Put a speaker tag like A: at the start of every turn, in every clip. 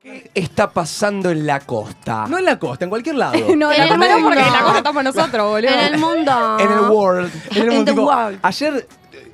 A: ¿Qué está pasando en la costa?
B: Ah. No en la costa, en cualquier lado.
C: No, la
D: En el
C: costa no, porque
D: mundo.
C: la costa estamos nosotros, boludo.
D: En el mundo.
B: En el world. En el
D: In
B: mundo,
D: the
B: tipo,
D: world.
B: Ayer eh,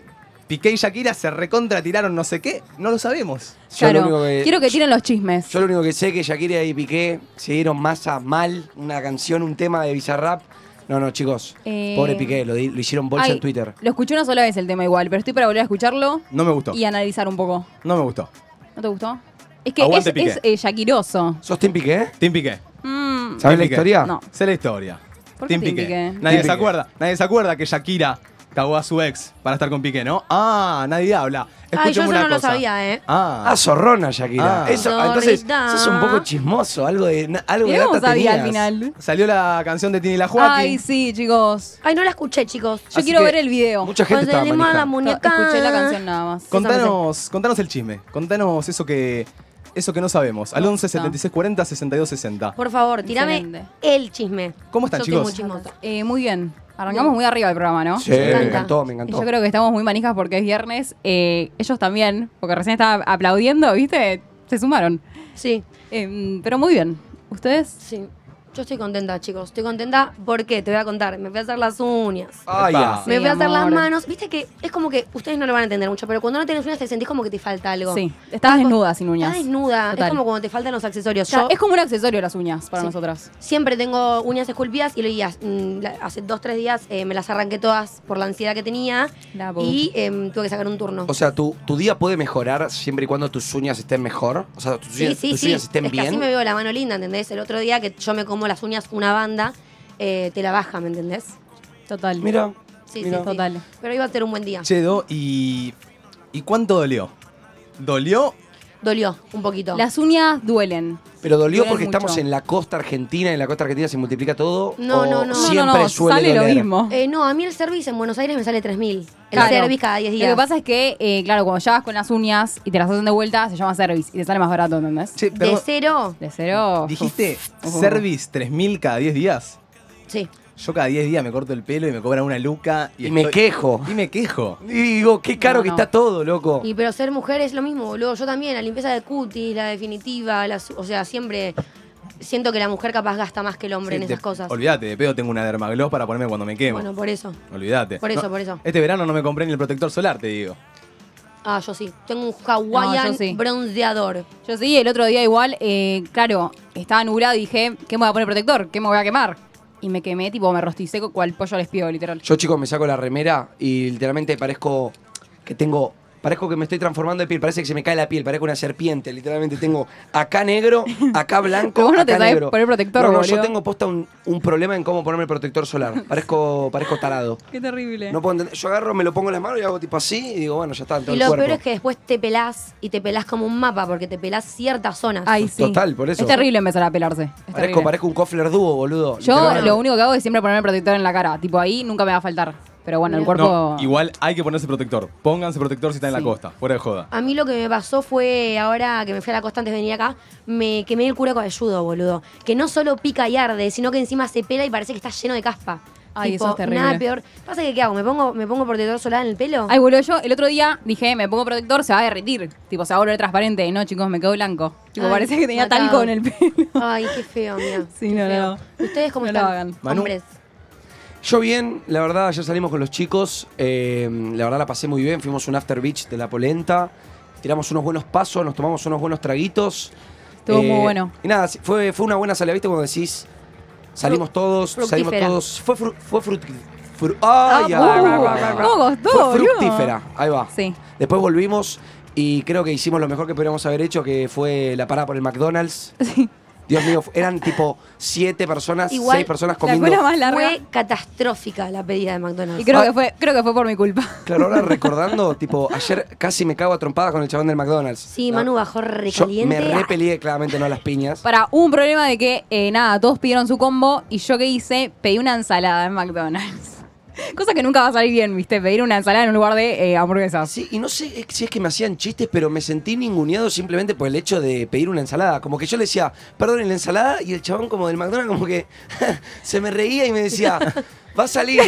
B: Piqué y Shakira se recontra tiraron no sé qué, no lo sabemos.
A: Yo lo
C: Claro.
A: único que-
C: Quiero que tiren los chismes.
A: Yo lo único que sé es que Shakira y Piqué se dieron masa mal, una canción, un tema de Bizarrap. No, no, chicos.
C: Eh,
A: Pobre Piqué, lo, di- lo hicieron bolsa
C: Ay,
A: en Twitter.
C: Lo escuché una sola vez el tema igual, pero estoy para volver a escucharlo
B: No me gustó.
C: y analizar un poco.
B: No me gustó.
C: ¿No te gustó? Es que
B: Aguante,
C: es,
B: Piqué.
C: es eh, shakiroso.
A: ¿Sos Tim Piqué?
B: Tim Piqué.
C: Mm,
A: ¿Sabés la
B: Piqué.
A: historia?
C: No.
B: Sé la historia.
C: ¿Por qué
B: Tim
C: Tim
B: Piqué.
C: Piqué?
B: Nadie
A: Tim
B: se
A: Piqué.
B: acuerda. Nadie se acuerda que Shakira cagó a su ex para estar con Piqué, ¿no? Ah, nadie habla.
D: Ay, yo
B: Escuchemos
D: eso
B: una
D: no lo
B: cosa.
D: sabía, ¿eh?
B: Ah,
A: Ah, zorrona, Shakira.
B: Ah.
A: Eso, entonces,
D: Zorrita.
A: sos un poco chismoso, algo de, na- algo de
C: Mirá cómo
A: data
C: sabía al
A: tenías.
C: final.
B: salió la canción de Tini la
C: Ay,
B: Joaquín.
C: sí, chicos.
D: Ay, no la escuché, chicos.
C: Yo
B: Así
C: quiero
B: que
C: ver el video.
A: Mucha gente
D: Cuando
A: estaba
D: le dimos a
A: manija.
D: la muñeca.
C: Ah, Escuché la canción nada más. Eso me sé.
B: Contanos, contanos el chisme. Contanos eso que eso que no sabemos. Al 11 76 40 62 60.
D: Por favor, tirame
C: Excelente.
D: el chisme.
B: ¿Cómo están,
D: Yo
B: chicos?
D: Soy muy chismosa.
C: Eh, muy bien. Arrancamos muy arriba el programa, ¿no?
A: Sí, me
D: encanta.
A: encantó, me
C: Y
A: encantó.
C: Yo creo que estamos muy manijas porque es viernes. Eh, ellos también, porque recién estaba aplaudiendo, ¿viste? Se sumaron.
D: Sí,
C: Eh, pero muy bien. ¿Ustedes?
D: sí. Yo estoy contenta, chicos. Estoy contenta porque te voy a contar. Me voy a hacer las uñas.
A: Ay, ah.
B: Epa.
A: ya.
D: me
C: Sí,
D: voy a hacer las
C: amor.
D: manos. Viste que es como que ustedes no lo van a entender mucho, pero cuando no tenés uñas te sentís como que te falta algo.
C: Sí. Estás
D: Estás
C: desnuda sin uñas.
D: Estás desnuda.
C: Total.
D: Es como cuando te faltan los accesorios.
C: O sea,
D: Yo
C: es como un accesorio las uñas para
D: Sí.
C: nosotras.
D: siempre tengo uñas esculpidas y lo y as- mm, la- hace dos, tres días eh, me las arranqué todas por la ansiedad que tenía
C: La boca.
D: y em, tuve que sacar un turno.
A: O sea, tu, tu día puede mejorar siempre y cuando tus uñas estén mejor. O sea, tus,
D: Sí,
A: uñas,
D: sí,
A: tus
D: sí.
A: uñas
D: Es
A: estén
D: que
A: bien.
D: así me veo la mano linda, ¿entendés? El otro día que yo me como las uñas una banda, eh, te la baja, ¿me entendés?
C: Total.
A: Mira,
D: Sí,
A: Mira.
D: sí, sí.
C: Total.
D: Pero iba a ser un buen día.
B: Chedo, ¿y, ¿y cuánto dolió? ¿Dolió?
D: Dolió un poquito.
C: Las uñas duelen.
A: pero dolió
C: Duelen
A: porque
C: mucho.
A: estamos en la costa argentina, en la costa argentina se multiplica todo.
D: No,
A: o
D: no, no.
A: Siempre
C: no, no, no.
A: suele
C: Sale lo
A: doler?
C: mismo.
D: Eh, no, a mí el service en Buenos Aires me sale 3.000. El
C: Claro.
D: service cada 10 días.
C: Lo que pasa es que, eh, claro, cuando ya vas con las uñas y te las hacen de vuelta, se llama service y te sale más barato, ¿entendés?
A: Eh,
B: Che,
D: De
B: perdón,
D: cero,
C: De cero.
B: ¿dijiste
C: Ojo.
B: service 3000 cada 10 días?
D: sí.
B: Yo cada 10 días me corto el pelo y me cobran una luca. Y,
A: Y me
B: estoy-
A: quejo.
B: Y me quejo.
A: Y digo, qué caro
C: No,
A: que
C: no.
A: está todo, loco.
D: Y pero ser mujer es lo mismo, boludo. Yo también, la limpieza de cutis, la definitiva, las- o sea, siempre siento que la mujer capaz gasta más que el hombre
B: Sí,
D: en
B: te-
D: esas cosas.
B: Olvídate, de pedo tengo una dermagloss para ponerme cuando me quemo.
D: Bueno, por eso.
B: Olvídate.
D: por eso,
B: No,
D: por eso.
B: Este verano no me compré ni el protector solar, te digo.
D: Ah, yo sí. Tengo un Hawaiian
C: No, yo sí.
D: bronceador.
C: Yo sí, el otro día igual, eh, claro, estaba nublado y dije, ¿qué me voy a poner protector? ¿Qué me voy a quemar? Y me quemé, tipo, me rosticé co- cual pollo al espío, literal.
A: Yo, chicos, me saco la remera y literalmente parezco que tengo. Parezco que me estoy transformando de piel, parece que se me cae la piel, parezco una serpiente. Literalmente tengo acá negro, acá blanco,
C: Pero vos no te
A: acá
C: sabés
A: negro.
C: poner protector,
A: No, no, yo
C: boludo.
A: tengo posta un, un problema en cómo ponerme el protector solar. Parezco, parezco tarado.
C: Qué terrible.
A: No puedo entender. Yo agarro, me lo pongo en las manos y hago tipo así y digo, bueno, ya está, en todo
D: Y
A: el
D: lo
A: cuerpo.
D: peor es que después te pelás y te pelás como un mapa porque te pelás ciertas zonas.
C: Ay, sí.
A: Total, por eso.
C: Es terrible empezar a pelarse. Es
A: parezco,
C: terrible.
A: parezco un cofler dúo, boludo.
C: Yo
A: Literalmente.
C: lo único que hago es siempre ponerme protector en la cara. Tipo, ahí nunca me va a faltar. Pero bueno, el
D: No,
C: cuerpo...
B: No, igual hay que ponerse protector. Pónganse protector si están en
C: Sí.
B: la costa. Fuera de joda.
D: A mí lo que me pasó fue, ahora que me fui a la costa antes de venir acá, me quemé el cuero cabelludo, boludo. Que no solo pica y arde, sino que encima se pela y parece que está lleno de caspa.
C: Ay, eso es terrible.
D: Nada peor. Pasa que, ¿qué hago? ¿Me pongo, me pongo protector solar en el pelo?
C: Ay, boludo, yo el otro día dije, me pongo protector, se va a derretir. Tipo, se va a volver transparente. No, chicos, me quedo blanco. Tipo,
D: Ay,
C: parecía que tenía
D: matado.
C: talco en el pelo.
D: Ay, qué feo, mira.
C: Sí,
D: qué
C: no,
D: feo.
C: no.
D: ¿Ustedes cómo
C: No lo
D: están?
C: hagan.
B: Manu.
D: Hombres.
A: Yo bien, la verdad, ayer salimos con los chicos, eh, la verdad la pasé muy bien, fuimos a un after beach de la polenta, tiramos unos buenos pasos, nos tomamos unos buenos traguitos. Eh,
C: Estuvo muy bueno.
A: Y nada, sí, fue, fue una buena salida, ¿viste? Cuando decís, salimos todos, salimos
D: fructífera.
A: todos, fue, fru- fue fruct- fru- ¡Ay,
C: Ah,
A: ay,
C: uh,
A: ay, ay, ay, ay!
C: ¿cómo costó,
A: Fue
C: boludo?
A: fructífera, ahí va.
C: Sí.
A: Después volvimos y creo que hicimos lo mejor que podríamos haber hecho, que fue la parada por el McDonald's. Dios mío, eran tipo siete personas,
D: Igual,
A: seis personas
C: La
A: comiendo.
C: escuela más Ah, larga.
D: Fue catastrófica la pedida de McDonald's.
C: Y creo
A: Ah.
C: que fue, creo que fue por mi culpa.
A: Claro, ahora recordando, tipo, ayer casi me cago a trompadas con el chabón del McDonald's.
D: Sí,
A: No,
D: Manu bajó
A: Yo
D: recaliente.
A: me repelié claramente no a las piñas.
C: Para, hubo un problema de que, eh, nada, todos pidieron su combo y yo qué hice, pedí una ensalada en McDonald's. Cosa que nunca va a salir bien, ¿viste? Pedir una ensalada en un lugar de eh, hamburguesas.
A: Sí, y no sé si es que me hacían chistes, pero me sentí ninguneado simplemente por el hecho de pedir una ensalada. Como que yo le decía, perdón, ¿y la ensalada, y el chabón como del McDonald's como que se me reía y me decía, Va a salir.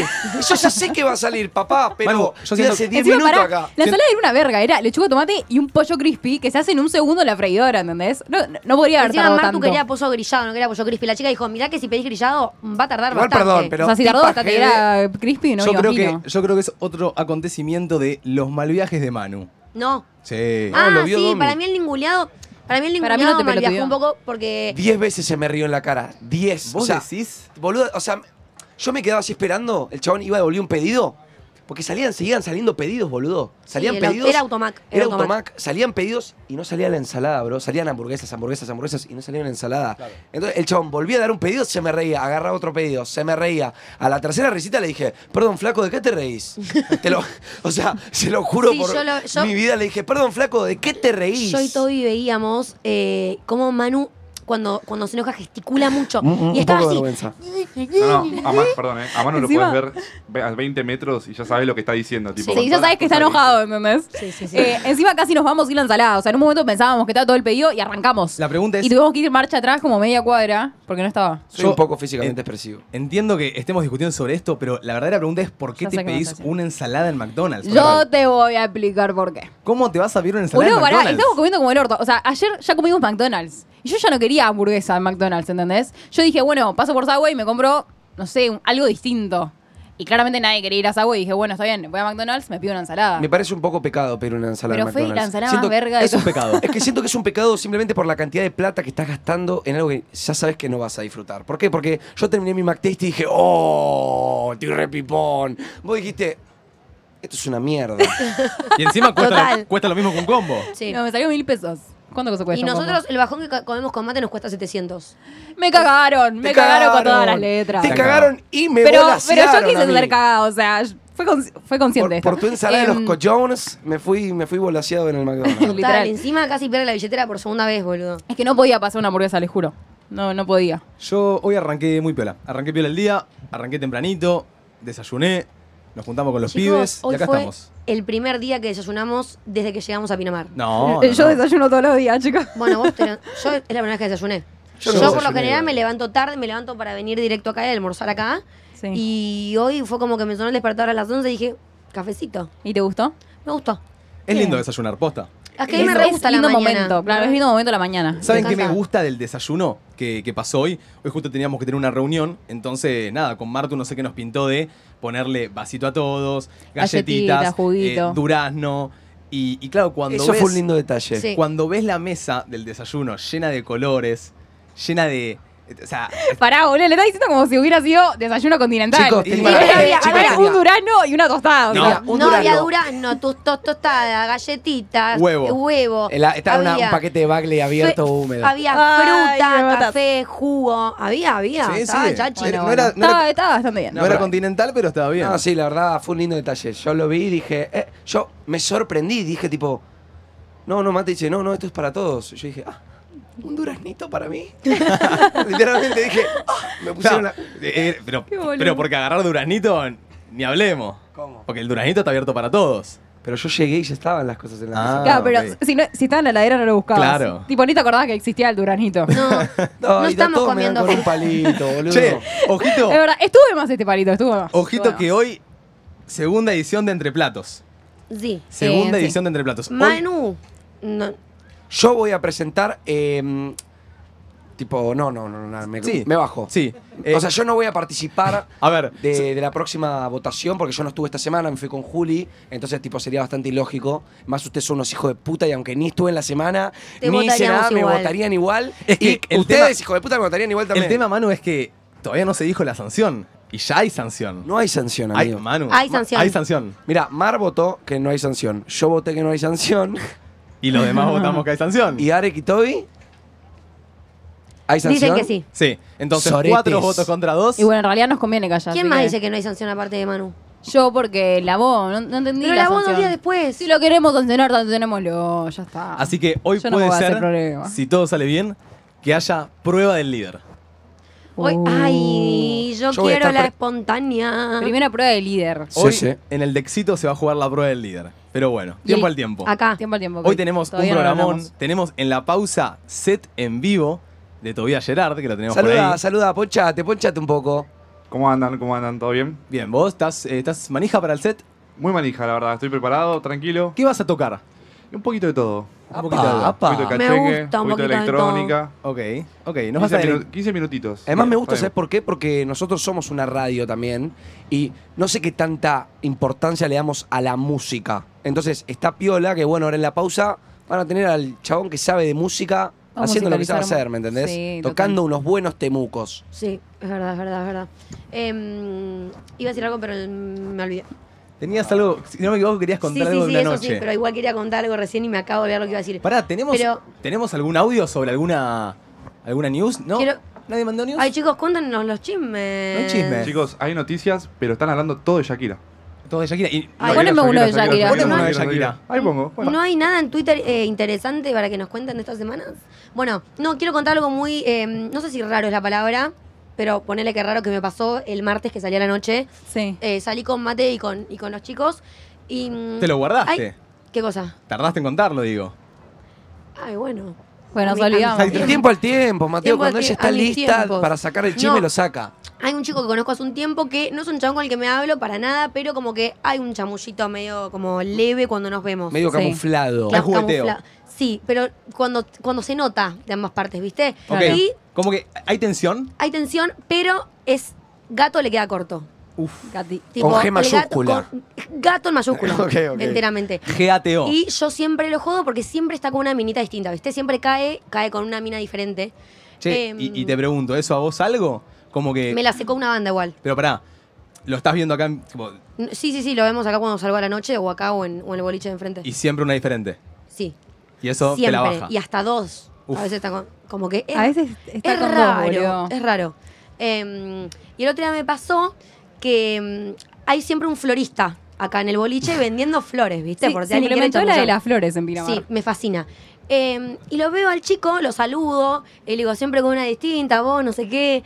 A: Yo ya sé que va a salir, papá, pero
B: Manu, yo
A: estoy
B: siento-
A: hace 10
C: Encima,
A: minutos
C: pará,
A: acá.
C: La
B: Sí.
C: ensalada era una verga, era lechuga, tomate y un pollo crispy que se hace en un segundo en la freidora, ¿entendés? No, no- no podría haber
D: Encima
C: tardado
D: Martu
C: tanto.
D: quería pollo grillado, no quería pollo crispy. La chica dijo, mirá que si pedís grillado va a tardar
A: Igual,
D: bastante.
A: perdón, pero-
C: o sea, si tardó
A: tipa
C: hasta que
A: Gede-
C: era crispy, no
B: yo,
C: me
B: creo
C: imagino.
B: que, yo creo que es otro acontecimiento de los malviajes de Manu.
D: No.
B: Sí.
A: Ah,
D: Ah,
A: lo vio
D: sí,
A: Domi.
D: para mí el ninguleado, para mí el
C: Para mí
D: ninguleado
C: no te
D: mal viajó
C: pelotudeó.
D: un poco porque...
A: 10 veces se me rió en la cara. 10.
B: ¿Vos
A: o sea,
B: decís?
A: Boludo, o sea, yo me quedaba así esperando. El chabón iba a devolver un pedido. Porque salían, seguían saliendo pedidos, boludo. Salían
D: era-
A: pedidos.
D: era Automac,
A: Era
D: era Automac.
A: automac. Salían pedidos y no salía la ensalada, bro. Salían hamburguesas, hamburguesas, hamburguesas y no salía una ensalada. Entonces el chabón volvía a dar un pedido, se me reía. Agarraba otro pedido, se me reía. A la tercera risita le dije, perdón, flaco, ¿de qué te reís? Te lo- o sea, se lo juro
D: Sí,
A: por
D: yo lo- yo-
A: mi vida. Le dije, perdón, flaco, ¿de qué te reís?
D: Yo y Toby veíamos eh, cómo Manu, cuando, cuando se enoja, gesticula mucho.
A: Un, Mm, un-
D: y
A: un
D: estaba
A: poco de
D: así.
A: vergüenza.
E: No, no, a Manu, perdón, eh, a Manu lo
C: Encima-
E: puedes ver ve- a 20 metros y ya sabes lo que está diciendo. Tipo, con
C: Sí, ya
E: todas
C: sabes que
E: las
C: está
E: cosas
C: enojado, ¿entendés?
D: Sí, sí, sí.
C: Eh, encima casi nos vamos a ir la ensalada. O sea, en un momento pensábamos que estaba todo el pedido y arrancamos.
B: La pregunta es-
C: Y tuvimos que ir marcha atrás como media cuadra porque no estaba.
A: Soy
B: Yo-
A: un poco físicamente
B: en-
A: expresivo.
B: Entiendo que estemos discutiendo sobre esto, pero la verdadera pregunta es ¿por qué
C: Ya
B: te
C: sé qué me vas a
B: pedís
C: decir.
B: una ensalada en McDonald's?
C: Yo te voy a explicar por qué.
B: ¿Cómo te vas a pedir una ensalada
C: Boludo,
B: en
C: pará,
B: McDonald's?
C: estamos comiendo como el orto. O sea, ayer ya comimos McDonald's. Y yo ya no quería hamburguesa en McDonald's, ¿entendés? Yo dije, bueno, paso por Subway y me compro, no sé, un- algo distinto. Y claramente nadie quería ir a Subway y dije, bueno, está bien, voy a McDonald's, me pido una ensalada.
A: Me parece un poco pecado pedir una ensalada
C: Pero
A: en
C: fue la
A: McDonald's.
C: ensalada
A: Siento
C: más verga de
B: Es un
C: todo.
B: pecado.
A: Es que siento que es un pecado simplemente por la cantidad de plata que estás gastando en algo que ya sabes que no vas a disfrutar. ¿Por qué? Porque yo terminé mi McTaste y dije, ¡Oh! Estoy re pipón. Vos dijiste, esto es una mierda.
B: y encima cuesta
D: Total.
B: lo, cuesta lo mismo que un combo.
D: Sí.
C: No, me salió mil pesos. ¿Cuánto cosa cuesta?
D: y
C: un combo?
D: nosotros, el bajón que ca- comemos con mate nos cuesta 700.
C: Me cagaron, me
A: Te
C: cagaron, con todas las letras.
A: Te cagaron y me
C: pero, pero yo
A: volasearon a
C: quise
A: mí.
C: ser cagada, o sea, fue, consci- fue consciente de
A: Por, por
C: esto.
A: tu ensalada de los
C: Em,
A: cochones me fui, me fui volaseado en el McDonald's.
C: Literal.
D: Total, encima casi pierde la billetera por segunda vez, boludo.
C: Es que no podía pasar una hamburguesa, les juro. No, no podía.
B: Yo hoy arranqué muy piola. Arranqué piola el día, arranqué tempranito, desayuné, nos juntamos con los
D: Chicos,
B: pibes y
D: hoy
B: acá
D: fue
B: estamos.
D: el primer día que desayunamos desde que llegamos a Pinamar.
B: No,
C: Eh,
B: no,
C: yo
B: no.
C: desayuno todos los días, chicos.
D: Bueno, vos te- yo es la primera vez que desayuné.
A: Yo
D: Yo,
A: no
D: por lo
A: desayuné,
D: general me
A: igual.
D: levanto tarde, me levanto para venir directo acá y almorzar acá.
C: Sí.
D: Y hoy fue como que me sonó el despertador a las 11 y dije, cafecito.
C: ¿Y te gustó?
D: Me gustó.
B: Es lindo desayunar, posta.
D: Es que a mí me
C: Es-
D: re
C: es
D: gusta la
C: lindo
D: mañana.
C: momento, claro, es lindo momento de la mañana.
B: ¿Saben qué me
D: encanta.
B: gusta del desayuno que, que pasó hoy? Hoy justo teníamos que tener una reunión, entonces nada, con Martu no sé qué nos pintó de ponerle vasito a todos,
C: Galletita,
B: galletitas, eh,
C: juguito.
B: durazno. Y, y claro, cuando
A: Eso
B: ves,
A: fue un lindo detalle.
D: Sí.
B: cuando ves la mesa del desayuno llena de colores, llena de... eh, O sea,
C: Pará, boludo, le está diciendo como si hubiera sido desayuno continental.
A: Chicos,
C: Y
A: tenía-
C: había,
A: chicos,
C: había
A: tenía-
C: un durano y una tostada. o
B: No.
C: sea.
D: No,
A: Un
D: había
A: durazno.
D: durazno, tus tos tostadas, galletitas,
B: Huevo.
D: eh, huevo.
A: El- Estaba una-
D: había Ah,
A: un paquete de bagley abierto
D: fe-
A: húmedo.
D: Había
C: Ay, me
D: fruta,
C: matas.
D: café, jugo. Había, había.
B: Sí,
D: estaba
B: sí.
D: chachi.
B: Bueno, No era- no
C: estaba,
B: era-
C: estaba bastante bien.
B: no, era continental, pero estaba bien.
A: No, sí, la verdad fue un lindo detalle. Yo lo vi y dije, eh, yo me sorprendí, dije tipo, no, no, Mate dice, no, no, esto es para todos. Yo dije, ah, un duraznito para mí. Literalmente dije, ah, me
B: O sea,
A: pusieron la...
B: eh, eh, pero,
C: Qué boludo.
B: pero porque agarrar duranito, ni hablemos.
A: ¿Cómo?
B: Porque el duranito está abierto para todos.
A: Pero yo llegué y ya estaban las cosas en la
B: Ah.
A: mesa.
C: Claro,
B: Ah,
C: pero
B: ok.
C: si, no- si estaba en la heladera no lo buscabas.
B: Claro.
C: Tipo, ni te acordabas que existía el duranito.
D: No, no,
A: y da-
D: estamos
A: todos me dan
D: comiendo
A: con un
D: fruta.
A: palito, boludo.
B: Che, ojito,
C: Es verdad, estuve más este palito, estuve más.
B: ojito
C: Estuve
B: que hoy, segunda edición de Entre Platos.
D: Sí.
B: Segunda
C: sí.
B: edición de Entre Platos. Hoy-
D: Manu. No,
A: Yo voy a presentar, eh, tipo, no, no, no, no, me,
B: Sí.
A: me bajo.
B: Sí. Eh,
A: o sea, yo no voy a participar
B: A ver,
A: de, de la próxima votación porque yo no estuve esta semana, me fui con Juli, entonces tipo sería bastante ilógico. Más ustedes son unos hijos de puta y aunque ni estuve en la semana,
D: Te
A: ni hice
D: votaríamos
A: nada, me
D: igual.
A: votarían igual.
B: Es que
A: y
B: el
A: ustedes,
B: tema-
A: hijos de puta, me votarían igual también.
B: el tema, Manu, es que todavía no se dijo la sanción. Y ya hay sanción.
A: No hay sanción,
B: hay,
A: amigo.
B: Manu.
D: Hay
B: ma-
D: sanción.
B: Hay sanción.
A: Mira, Mar votó que no hay sanción. Yo voté que no hay sanción.
B: Y los demás votamos que hay sanción.
A: Y Arek y Toby. ¿Hay sanción?
D: dicen que sí.
B: Sí. Entonces,
A: Soretes.
B: cuatro votos contra dos.
C: Y bueno, en realidad nos conviene callar.
D: ¿Quién
C: así
D: más
C: que-
D: dice que no hay sanción aparte de Manu?
C: Yo porque lavó, no, no entendí.
D: Pero
C: la
D: la voz dos
C: sanción.
D: días después.
C: Si lo queremos sancionar, sancionémoslo, ya está.
B: Así que hoy
C: Yo no
B: puede
C: me voy a hacer
B: ser,
C: problema.
B: si todo sale bien, que haya prueba del líder.
D: Hoy-
C: Uh.
D: ay, yo,
A: Yo voy a
D: quiero
A: estar
D: la
A: pre-
D: espontánea.
C: Primera prueba de líder.
A: Sí,
B: Hoy
A: sí.
B: en el Dexito se va a jugar la prueba del líder. Pero bueno, tiempo al tiempo.
D: Acá.
C: Tiempo al tiempo.
B: Hoy
C: que
B: tenemos un
C: todavía no lo
B: programón.
C: hablamos.
B: tenemos en la pausa set en vivo de Tobías Gerard, que lo tenemos por
A: Saluda,
B: ahí.
A: saluda, ponchate, ponchate un poco.
E: ¿Cómo andan? ¿Cómo andan? ¿Todo bien?
B: Bien, vos estás, eh, estás manija para el set.
E: Muy manija, la verdad. Estoy preparado, tranquilo.
B: ¿Qué vas a tocar?
E: Y un poquito de todo.
B: Un
A: Apa, apa.
E: Un poquito de
D: Me
E: cachengue,
D: gusta un
E: poquito de
D: poquito de
E: electrónica.
B: Ok, ok. Nos vas a
E: 15
B: dele-
E: minu- 15 minutitos.
A: Además me gusta,
E: Está
A: ¿sabes
E: bien.
A: por qué? Porque nosotros somos una radio también y no sé qué tanta importancia le damos a la música. Entonces está Piola, que bueno, ahora en la pausa van a tener al chabón que sabe de música
C: Vamos a
A: haciendo lo que sabe
C: musicalizar
A: hacer, ¿me entendés?
C: Sí,
A: Tocando unos buenos temucos.
D: Sí, es verdad, es verdad, es verdad. Em, iba a decir algo, pero mm, me olvidé.
B: Tenías algo, si no me equivoco, querías contar
D: sí,
B: algo
D: sí,
B: de
D: sí,
B: una
D: eso
B: noche.
D: sí, pero igual quería contar algo recién y me acabo de olvidar lo que iba a decir.
B: Pará, ¿tenemos,
D: Pero-
B: ¿tenemos algún audio sobre alguna, alguna news? ¿No?
D: Quiero-
B: ¿Nadie mandó news?
D: Ay, chicos, cuéntanos los chismes.
B: No hay chismes.
E: Chicos, hay noticias, pero están hablando todo de Shakira.
B: Todo de Shakira. Y, Bueno,
D: Ay,
C: poneme uno de Shakira.
B: Poneme uno de Shakira.
E: Ahí pongo. bueno.
D: ¿No hay nada en Twitter eh, interesante para que nos cuenten de estas semanas? Bueno, no, quiero contar algo muy, eh, no sé si raro es la palabra, pero ponele que raro que me pasó el martes que salí a la noche.
C: Sí.
D: Eh, salí con Mate y con, y con los chicos y... mm,
B: ¿Te lo guardaste?
D: ay, ¿Qué cosa?
B: Tardaste en contarlo, digo.
D: Ay, bueno.
C: Bueno,
D: A mí-
C: nos olvidamos.
D: a
A: El tiempo al tiempo, Mateo,
D: Tiempo al
A: cuando ella
D: tie-
A: está
D: a mis
A: lista
D: tiempos.
A: para sacar el chisme
D: No.
A: lo saca.
D: Hay un chico que conozco hace un tiempo que no es un chabón con el que me hablo para nada, pero como que hay un chamullito medio como leve cuando nos vemos.
A: Medio
C: Sí.
A: camuflado.
B: Claro. Es jugueteo.
D: camufla- Sí, pero cuando, cuando se nota de ambas partes, ¿viste?
B: Ok.
D: Y
B: Como que hay tensión.
D: hay tensión, pero es gato le queda corto.
B: Uf.
C: Gati.
A: Con G
D: el
A: mayúscula.
D: Gato, con- gato en mayúscula.
A: Ok, ok.
D: Enteramente.
B: GATO.
D: Y yo siempre lo jodo porque siempre está con una minita distinta, ¿viste? Siempre cae, cae con una mina diferente.
B: Che,
D: Em,
B: y, y te pregunto, ¿eso a vos algo? Como que.
D: Me la secó una banda igual.
B: Pero pará, lo estás viendo acá en- como-
D: N- Sí, sí, sí, lo vemos acá cuando salgo a la noche o acá o en, o en el boliche de enfrente.
B: y siempre una diferente.
D: Sí.
B: Y eso te la
D: siempre.
B: baja.
D: Y hasta dos.
B: Uf.
D: A veces está con- como que. Es,
C: A veces está
D: es
C: con dos,
D: raro.
C: boludo.
D: es raro. Em, y el otro día me pasó que em, hay siempre un florista acá en el boliche vendiendo flores, ¿viste?
C: Sí,
D: Este, Por si
C: se
D: alguien quiere
C: implementó la de
D: chamullar.
C: las flores en Pinamar.
D: Sí, me fascina. Eh, y lo veo al chico, lo saludo, y le digo siempre con una distinta, vos, no sé qué.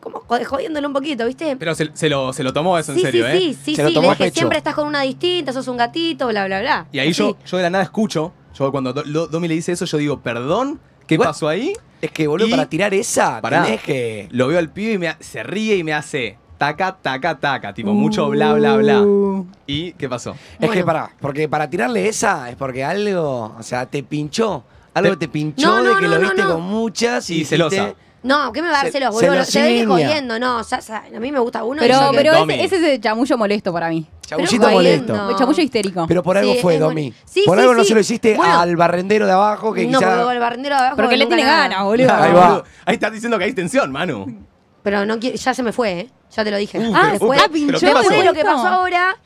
D: Como jod- jodiéndolo un poquito, ¿viste?
B: Pero se, se lo, se lo tomó eso
D: sí,
B: en serio,
D: sí,
B: ¿eh?
D: sí, sí,
A: Se lo
D: sí.
A: tomó
D: Le
A: a
D: dije,
A: pecho.
D: siempre estás con una distinta, sos un gatito, bla, bla, bla.
B: Y ahí
D: Así.
B: yo, yo de la nada escucho, yo cuando Do- Lo- Domi le dice eso, yo digo, perdón, ¿qué
A: Bueno.
B: pasó ahí?
A: Es que, boludo,
B: Y-
A: para tirar esa,
B: Pará.
A: tenés que...
B: Lo veo al pibe y me ha- se ríe y me hace taca, taca, taca. Tipo, mucho bla, bla,
A: Uh.
B: bla. ¿Y qué pasó?
A: Es que
D: Bueno.
A: pará, porque para tirarle esa es porque algo, o sea, te pinchó. Algo te pinchó
D: No, no,
A: de que
D: no,
A: lo
D: no,
A: viste
D: no.
A: con muchas y,
B: Y celosa.
A: dijiste-
D: No, ¿qué me va a dar
A: Se-
D: celos,
A: se
D: boludo?
A: lo
D: Se, ve que
A: ciña.
D: jodiendo, no. ya- ya, a mí me gusta uno. y
C: Pero,
D: yo que-
C: pero
B: Domi.
C: ese, ese es el chamullo molesto para mí.
A: Chamullito
D: Pero
A: molesto.
D: No.
C: El Chamullo histérico.
A: Pero por algo
D: Sí,
A: fue,
D: es
A: Domi.
D: bueno. Sí,
A: por
D: sí,
A: algo no
D: sí.
A: se lo hiciste
D: Bueno.
A: al barrendero de abajo que
D: No, porque
A: quizá...
D: con el barrendero de abajo.
C: Pero que le
D: nunca
C: tiene
D: nada.
C: ganas, boludo.
A: Ahí va.
B: Ahí estás diciendo que hay tensión, Manu.
D: Pero no quiero- ya se me fue, ¿eh? Ya te lo dije.
B: Uh,
D: ah,
B: pero-
D: se fue.
B: uh, pero ¿qué
D: Yo
B: pasó?
D: sé lo que pasó ahora.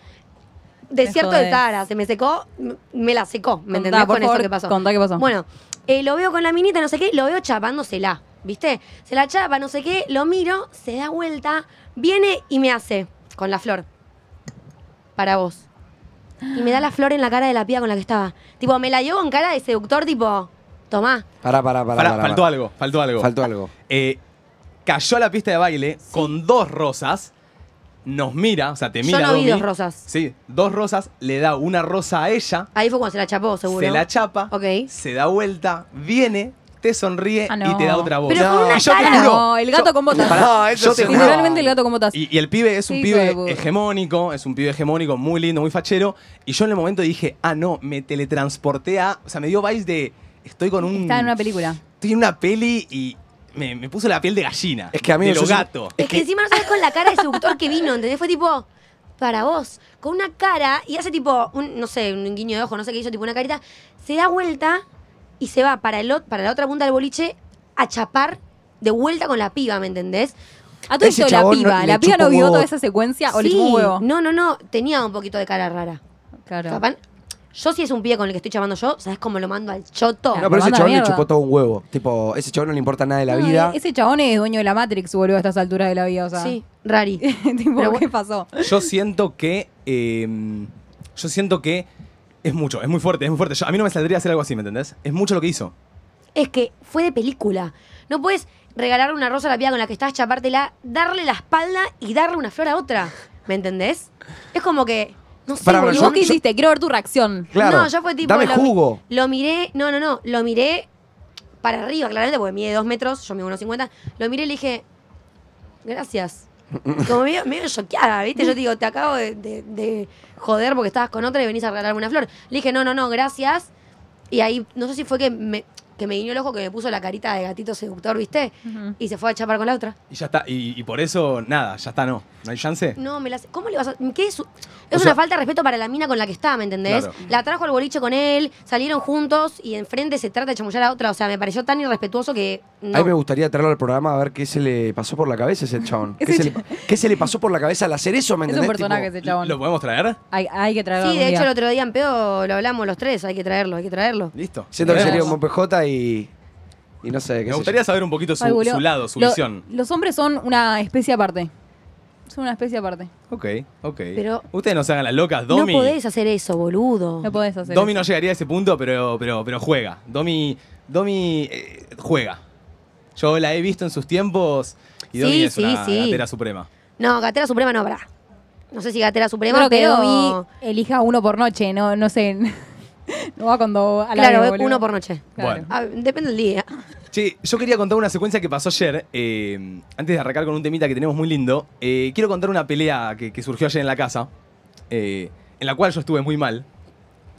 D: Desierto de
C: jodés.
D: Tara, se me secó, m- me la secó, ¿me
C: Contá,
D: entendés
C: por
D: con eso
C: favor,
D: que pasó?
C: contá qué pasó.
D: Bueno, eh, lo veo con la minita, no sé qué, lo veo chapándosela, ¿viste? Se la chapa, no sé qué, lo miro, se da vuelta, viene y me hace con la flor. Para vos. Y me da la flor en la cara de la piba con la que estaba. Tipo, me la llevo en cara de seductor, tipo, tomá.
A: Pará, pará, pará.
B: Pará,
A: pará,
B: faltó
A: pará.
B: algo, faltó algo.
A: Faltó algo.
B: Eh, cayó a la pista de baile con dos rosas, nos mira, o sea, te
D: Yo
B: mira.
D: no vi
B: Domi.
D: dos rosas.
B: Sí, dos rosas, le da una rosa a ella,
D: Ahí fue cuando se la chapó, seguro.
B: se la chapa,
D: Ok.
B: se da vuelta, viene, te sonríe
C: Ah, no.
B: y te da otra voz.
D: Pero con
B: No.
D: una
B: Y yo te
D: cara-
B: juro,
C: No, el gato
B: yo-
C: con botas.
A: Pará, eso
B: yo te
A: se-
B: juro-
C: Literalmente el gato con botas.
B: Y, y el pibe es un
C: Hijo de
B: pibe
C: puta.
B: hegemónico, es un pibe hegemónico, muy lindo, muy fachero. Y yo en el momento dije, ah, no, me teletransporté a. O sea, me dio vibes de. Estoy con un.
C: Está en una película.
B: Estoy en una peli y me, me puso la piel de gallina.
A: Es que, amigo,
B: De lo
A: yo soy-
B: gato.
D: Es que, encima no sabes con la cara de seductor que vino, ¿entendés? Fue tipo, para vos, con una cara, y hace tipo, un, no sé, un guiño de ojo, no sé qué hizo, tipo una carita, se da vuelta y se va para, el, ot- para la otra punta del boliche a chapar de vuelta con la piba, ¿me entendés?
C: A todo
A: Ese
C: esto, la
A: chabón no-
C: piba.
A: le
C: la piba
A: chupa
C: no
A: un
C: vio
A: huevo.
C: toda esa secuencia o le
D: Sí,
C: chupó un huevo.
D: No, no, no, tenía un poquito de cara rara.
C: Claro.
D: Capaz- yo si es un pie con el que estoy chapando yo, ¿sabes cómo lo mando al choto?
A: No,
C: Claro.
A: pero ese
C: Manda
A: chabón le
C: mierda.
A: chupó todo un huevo. Tipo, ese chabón no le importa nada de la
D: eh,
C: No,
A: vida.
C: Ese chabón es dueño de la Matrix, boludo, a estas alturas de la vida. O sea.
D: Sí, rari.
C: tipo,
D: Pero
C: ¿qué
D: bueno.
C: pasó?
B: Yo siento que. eh, yo siento que. Es mucho, es muy fuerte, es muy fuerte. Yo- a mí no me saldría a hacer algo así, ¿me entendés? Es mucho lo que hizo.
D: Es que fue de película. No puedes regalarle una rosa a la piba con la que estás, chapártela, darle la espalda y darle una flor a otra. ¿Me entendés? Es como que. No sé,
A: Pará,
C: ¿Y
A: yo-
D: boludo.
C: vos qué hiciste? Quiero ver tu reacción.
A: Claro.
D: No, yo fue tipo.
A: Dame
D: lo mi-
A: jugo.
D: Lo miré. No, no, no. Lo miré para arriba, claramente, porque mide dos metros, yo mido unos 50. Lo miré y le dije. Gracias. Como medio, medio choqueada, ¿viste? Yo te digo, te acabo de, de- de joder porque estabas con otra y venís a regalarme una flor. Le dije, no, no, no, gracias. Y ahí, no sé si fue que me, que me guiñó el ojo, que me puso la carita de gatito seductor, ¿viste?
C: Ujú.
D: Y se fue a chapar con la otra.
B: Y ya está. Y, y por eso, nada, ya está, no. ¿No hay chance?
D: No, me las. ¿Cómo le vas a.? ¿Qué es? su-
B: O
D: Es
B: sea-
D: una falta de respeto para la mina con la que está, ¿me entendés?
B: Claro.
D: La trajo al boliche con él, salieron juntos y enfrente se trata de chamullar a otra. O sea, me pareció tan irrespetuoso que. No.
A: A mí me gustaría traerlo al programa a ver qué se le pasó por la cabeza a ese chabón. ¿Qué, se le, qué se le pasó por la cabeza al hacer eso? ¿Me
C: Es un
A: entendés?
C: personaje
A: Tipo,
C: ese chabón.
B: ¿Lo podemos traer?
C: Hay, hay que traerlo.
D: Sí, de
C: algún
D: hecho, el
C: día.
D: otro día en pedo lo hablamos los tres, hay que traerlo, hay que traerlo.
B: Listo.
A: Siento que
B: Traemos.
A: sería un buen PJ y. Y no sé qué sé
B: Me
A: yo.
B: gustaría saber un poquito su,
C: Ay, boludo.
B: su lado, su
C: Lo-
B: visión.
C: Los hombres son una especie aparte. Son una especie aparte.
B: Ok, ok.
D: Pero-
B: Ustedes no se hagan las locas, Domi.
D: No podés hacer eso, boludo.
C: No podés hacer
B: Domi
C: eso.
B: no llegaría a ese punto, pero, pero, pero juega. Domi, Domi eh, juega. Yo la he visto en sus tiempos y
D: Sí,
B: Domi es
D: sí,
B: una
D: sí.
B: gatera suprema.
D: No, Gatera Suprema no, pará. No sé si Gatera
C: Yo
D: Suprema,
C: creo que
D: pero.
C: Domi elija uno por noche, no, no sé. No va cuando a la
D: Claro,
C: vez,
D: ve
C: boludo.
D: uno por noche.
B: Bueno.
D: Ah, depende del día.
B: Che, yo quería contar una secuencia que pasó ayer. eh, antes de arrancar con un temita que tenemos muy lindo, eh, quiero contar una pelea que, que surgió ayer en la casa, eh, en la cual yo estuve muy mal.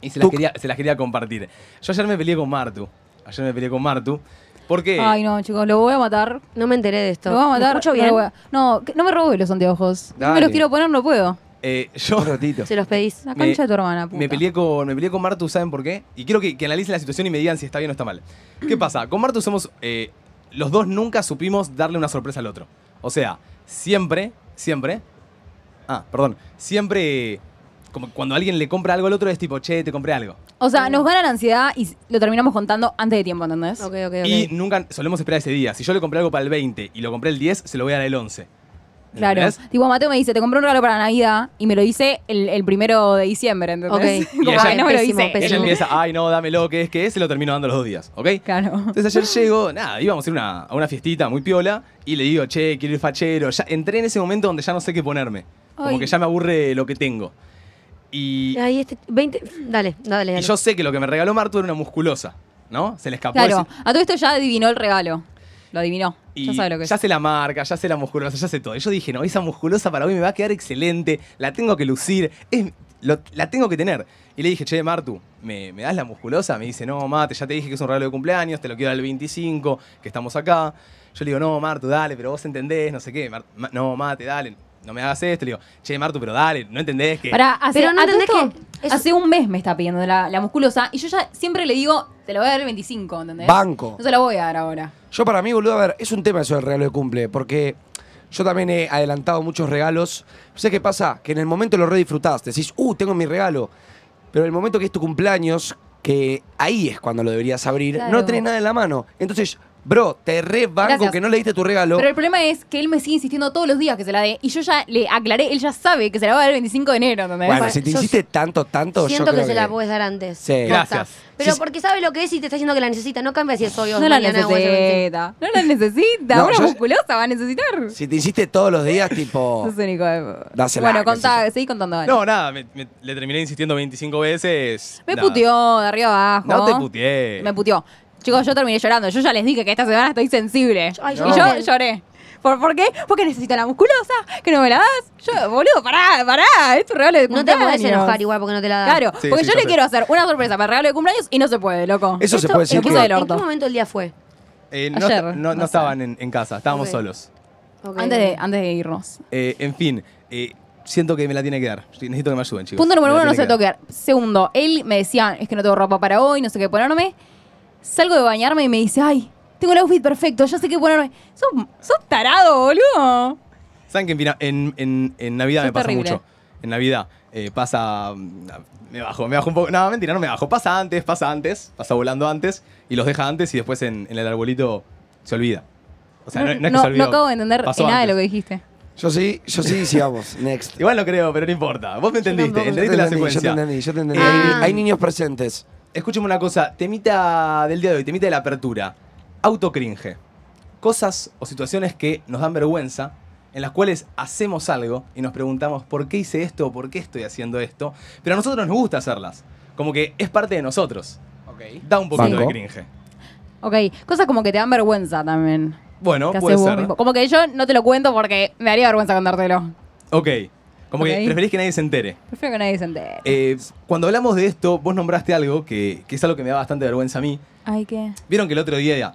B: Y se las,
A: Tuc.
B: quería, se las quería compartir. Yo ayer me peleé con Martu. Ayer me peleé con Martu. Porque.
C: Ay, no, chicos, lo voy a matar.
D: No me enteré de esto.
C: Lo voy a
D: ¿Me
C: matar.
D: escucho
C: no
D: bien?
C: lo voy a- No, que- no me robes los anteojos. No me
A: Dale.
C: los quiero poner, no puedo.
B: eh, yo.
A: Un ratito.
D: Se los pedís.
C: La
B: Me-
C: concha de tu hermana, puta.
B: Me peleé, con, me peleé con Martu, ¿saben por qué? Y quiero que, que analicen la situación y me digan si está bien o está mal. ¿Qué pasa? Con Martu somos. eh, los dos nunca supimos darle una sorpresa al otro. O sea, siempre, siempre. Ah, perdón. Siempre. Como cuando alguien le compra algo al otro es tipo, che, te compré algo.
C: O sea, nos ganan ansiedad y s- lo terminamos contando antes de tiempo, ¿entendés?
D: Ok, ok, ok.
B: Y nunca solemos esperar ese día. Si yo le compré algo para el 20 y lo compré el 10, se lo voy a dar el 11.
C: Claro.
B: ¿Entendés?
C: Tipo, Mateo me dice, te compré un regalo para Navidad y me lo dice el, el primero de diciembre, ¿entendés?
D: Ok.
C: Como
B: Y ella-
C: que no me lo
D: Pésimo,
C: dice.
B: Y Ella
D: pésimo.
B: empieza, ay, no, dámelo, que es que es, se lo termino dando los dos días, ¿ok?
C: Claro.
B: Entonces ayer llego, nada, íbamos a ir una- a una fiestita muy piola y le digo, che, quiero ir fachero. Ya, entré en ese momento donde ya no sé qué ponerme. Como
C: Ay.
B: que ya me aburre lo que tengo. Y,
D: Ay, este. 20. Dale, dale,
B: y
D: dale.
B: yo sé que lo que me regaló Martu era una musculosa, ¿no? Se le escapó.
C: Claro.
B: ese-
C: A todo esto ya adivinó el regalo. Lo adivinó.
B: y
C: ya sabe lo que
B: ya
C: es.
B: sé la marca, ya sé la musculosa, ya sé todo. Y yo dije, no, esa musculosa para hoy me va a quedar excelente, la tengo que lucir, es- lo- la tengo que tener. Y le dije, che, Martu, ¿me, me das la musculosa? Me dice, no, mate, ya te dije que es un regalo de cumpleaños, te lo quiero dar el 25, que estamos acá. Yo le digo, no, Martu, dale, pero vos entendés, no sé qué. Mar- ma- no, mate, dale, no me hagas esto. Le digo, che, Martu, pero dale, no entendés que...
C: Pará, hace,
D: Pero no
C: a todo
D: entendés
C: esto,
D: que es-
C: hace un mes me está pidiendo la, la musculosa y yo ya siempre le digo, te la voy a dar el 25, ¿entendés?
A: Banco.
C: No se la voy a dar ahora.
A: Yo para mí, boludo, a ver, es un tema eso del regalo de cumple, porque yo también he adelantado muchos regalos. sé qué pasa? Que en el momento lo re disfrutás, decís, uh, tengo mi regalo. Pero en el momento que es tu cumpleaños, que ahí es cuando lo deberías abrir,
C: Claro.
A: no tenés nada en la mano. Entonces, bro, te re banco
C: Gracias.
A: que no le diste tu regalo.
C: Pero el problema es que él me sigue insistiendo todos los días que se la dé y yo ya le aclaré, él ya sabe que se la va a dar el 25 de enero, ¿entendés?
A: bueno,
D: Bueno,
A: si te
D: yo
A: hiciste tanto, tanto,
D: Siento
A: yo
D: que
A: creo
D: se la puedes dar antes.
A: Sí.
D: Posta.
B: Gracias.
D: Pero
A: Sí, sí.
D: porque sabe lo que es y te está diciendo que la necesita. No cambia si es hoy o
C: No la
D: mañana o es el 25.
C: necesita. No la necesita.
A: No,
C: Una
A: yo-
C: musculosa va a necesitar.
A: Si te hiciste todos los días, tipo...
C: Sos único.
A: Oh. Dásela,
C: bueno,
A: qué sé
C: contá,
A: yo.
C: seguí contando. dale.
B: No, nada, me- me- le terminé insistiendo 25 veces.
C: me
B: nada.
C: puteó de arriba abajo.
B: No te puteé.
C: Me puteó. Chicos, yo terminé llorando. Yo ya les dije que esta semana estoy sensible.
D: Ay,
C: y
D: yo
C: yo
D: también.
C: lloré. ¿Por, por qué? Porque necesito la musculosa, que no me la das. Yo, boludo, pará, pará, es tu regalo de
D: No te
C: cumpleaños.
D: podés enojar igual porque no te la da.
C: Claro,
B: Sí,
C: porque
B: sí,
C: yo
B: yo
C: le
B: sé.
C: quiero hacer una sorpresa para el regalo de cumpleaños y no se puede, loco.
A: Eso se
D: Esto-
A: puede decir
D: ¿en,
C: que-
D: qué,
C: del
D: ¿En qué
C: orto.
D: momento del día fue?
B: Eh, no,
C: Ayer,
B: no- no
C: no sé.
B: estaban en, en casa, estábamos
D: Ok.
B: solos.
D: Ok.
C: Antes de, antes de irnos.
B: Eh, en fin, eh, siento que me la tiene que dar. Necesito que me ayuden, chicos.
C: Punto número
B: Me
C: uno,
B: la
C: no
B: tiene
C: se
B: que
C: toquear. Segundo, él me decía, es que no tengo ropa para hoy, no sé qué ponerme. Salgo de bañarme y me dice, ay, tengo el outfit perfecto, ya sé qué ponerme. Sos, sos tarado, boludo.
B: dar. Saben que en, fina- en, en- en Navidad
C: Sos
B: me pasa
C: terrible.
B: mucho. En Navidad eh, pasa. mm, Me bajo, me bajo un poco. No, mentira, no me bajo. Pasa antes, pasa antes, pasa volando antes y los deja antes y después en, en el arbolito se olvida. O sea, no, no es que se olvidó.
C: acabo de entender
B: Pasó
C: nada de
B: antes.
C: lo que dijiste.
A: Yo sí, yo sí, sí, vamos. Next.
B: Igual no creo, pero no importa. Vos me entendiste,
D: tampoco.
A: Yo te
B: entendiste la
A: entendí,
B: secuencia.
A: Yo te entendí, yo te entendí.
B: Eh,
A: Hay-
D: Ah.
A: Hay niños presentes.
B: Escúchame una cosa, temita del día de hoy, temita de la apertura. Autocringe. Cosas o situaciones que nos dan vergüenza, en las cuales hacemos algo y nos preguntamos por qué hice esto o por qué estoy haciendo esto, pero a nosotros nos gusta hacerlas. Como que es parte de nosotros. Da un poquito
A: Banco.
B: de cringe.
C: Ok, cosas como que te dan vergüenza también.
B: Bueno,
C: que
B: puede
C: haces vos
B: ser.
C: mismo. Como que yo no te lo cuento porque me daría vergüenza contártelo.
B: Ok. Como
C: Ok.
B: que preferís que nadie se entere.
C: Prefiero que nadie se entere.
B: Eh, cuando hablamos de esto, vos nombraste algo que, que es algo que me da bastante vergüenza a mí.
C: Ay, ¿qué?
B: ¿Vieron que el otro día...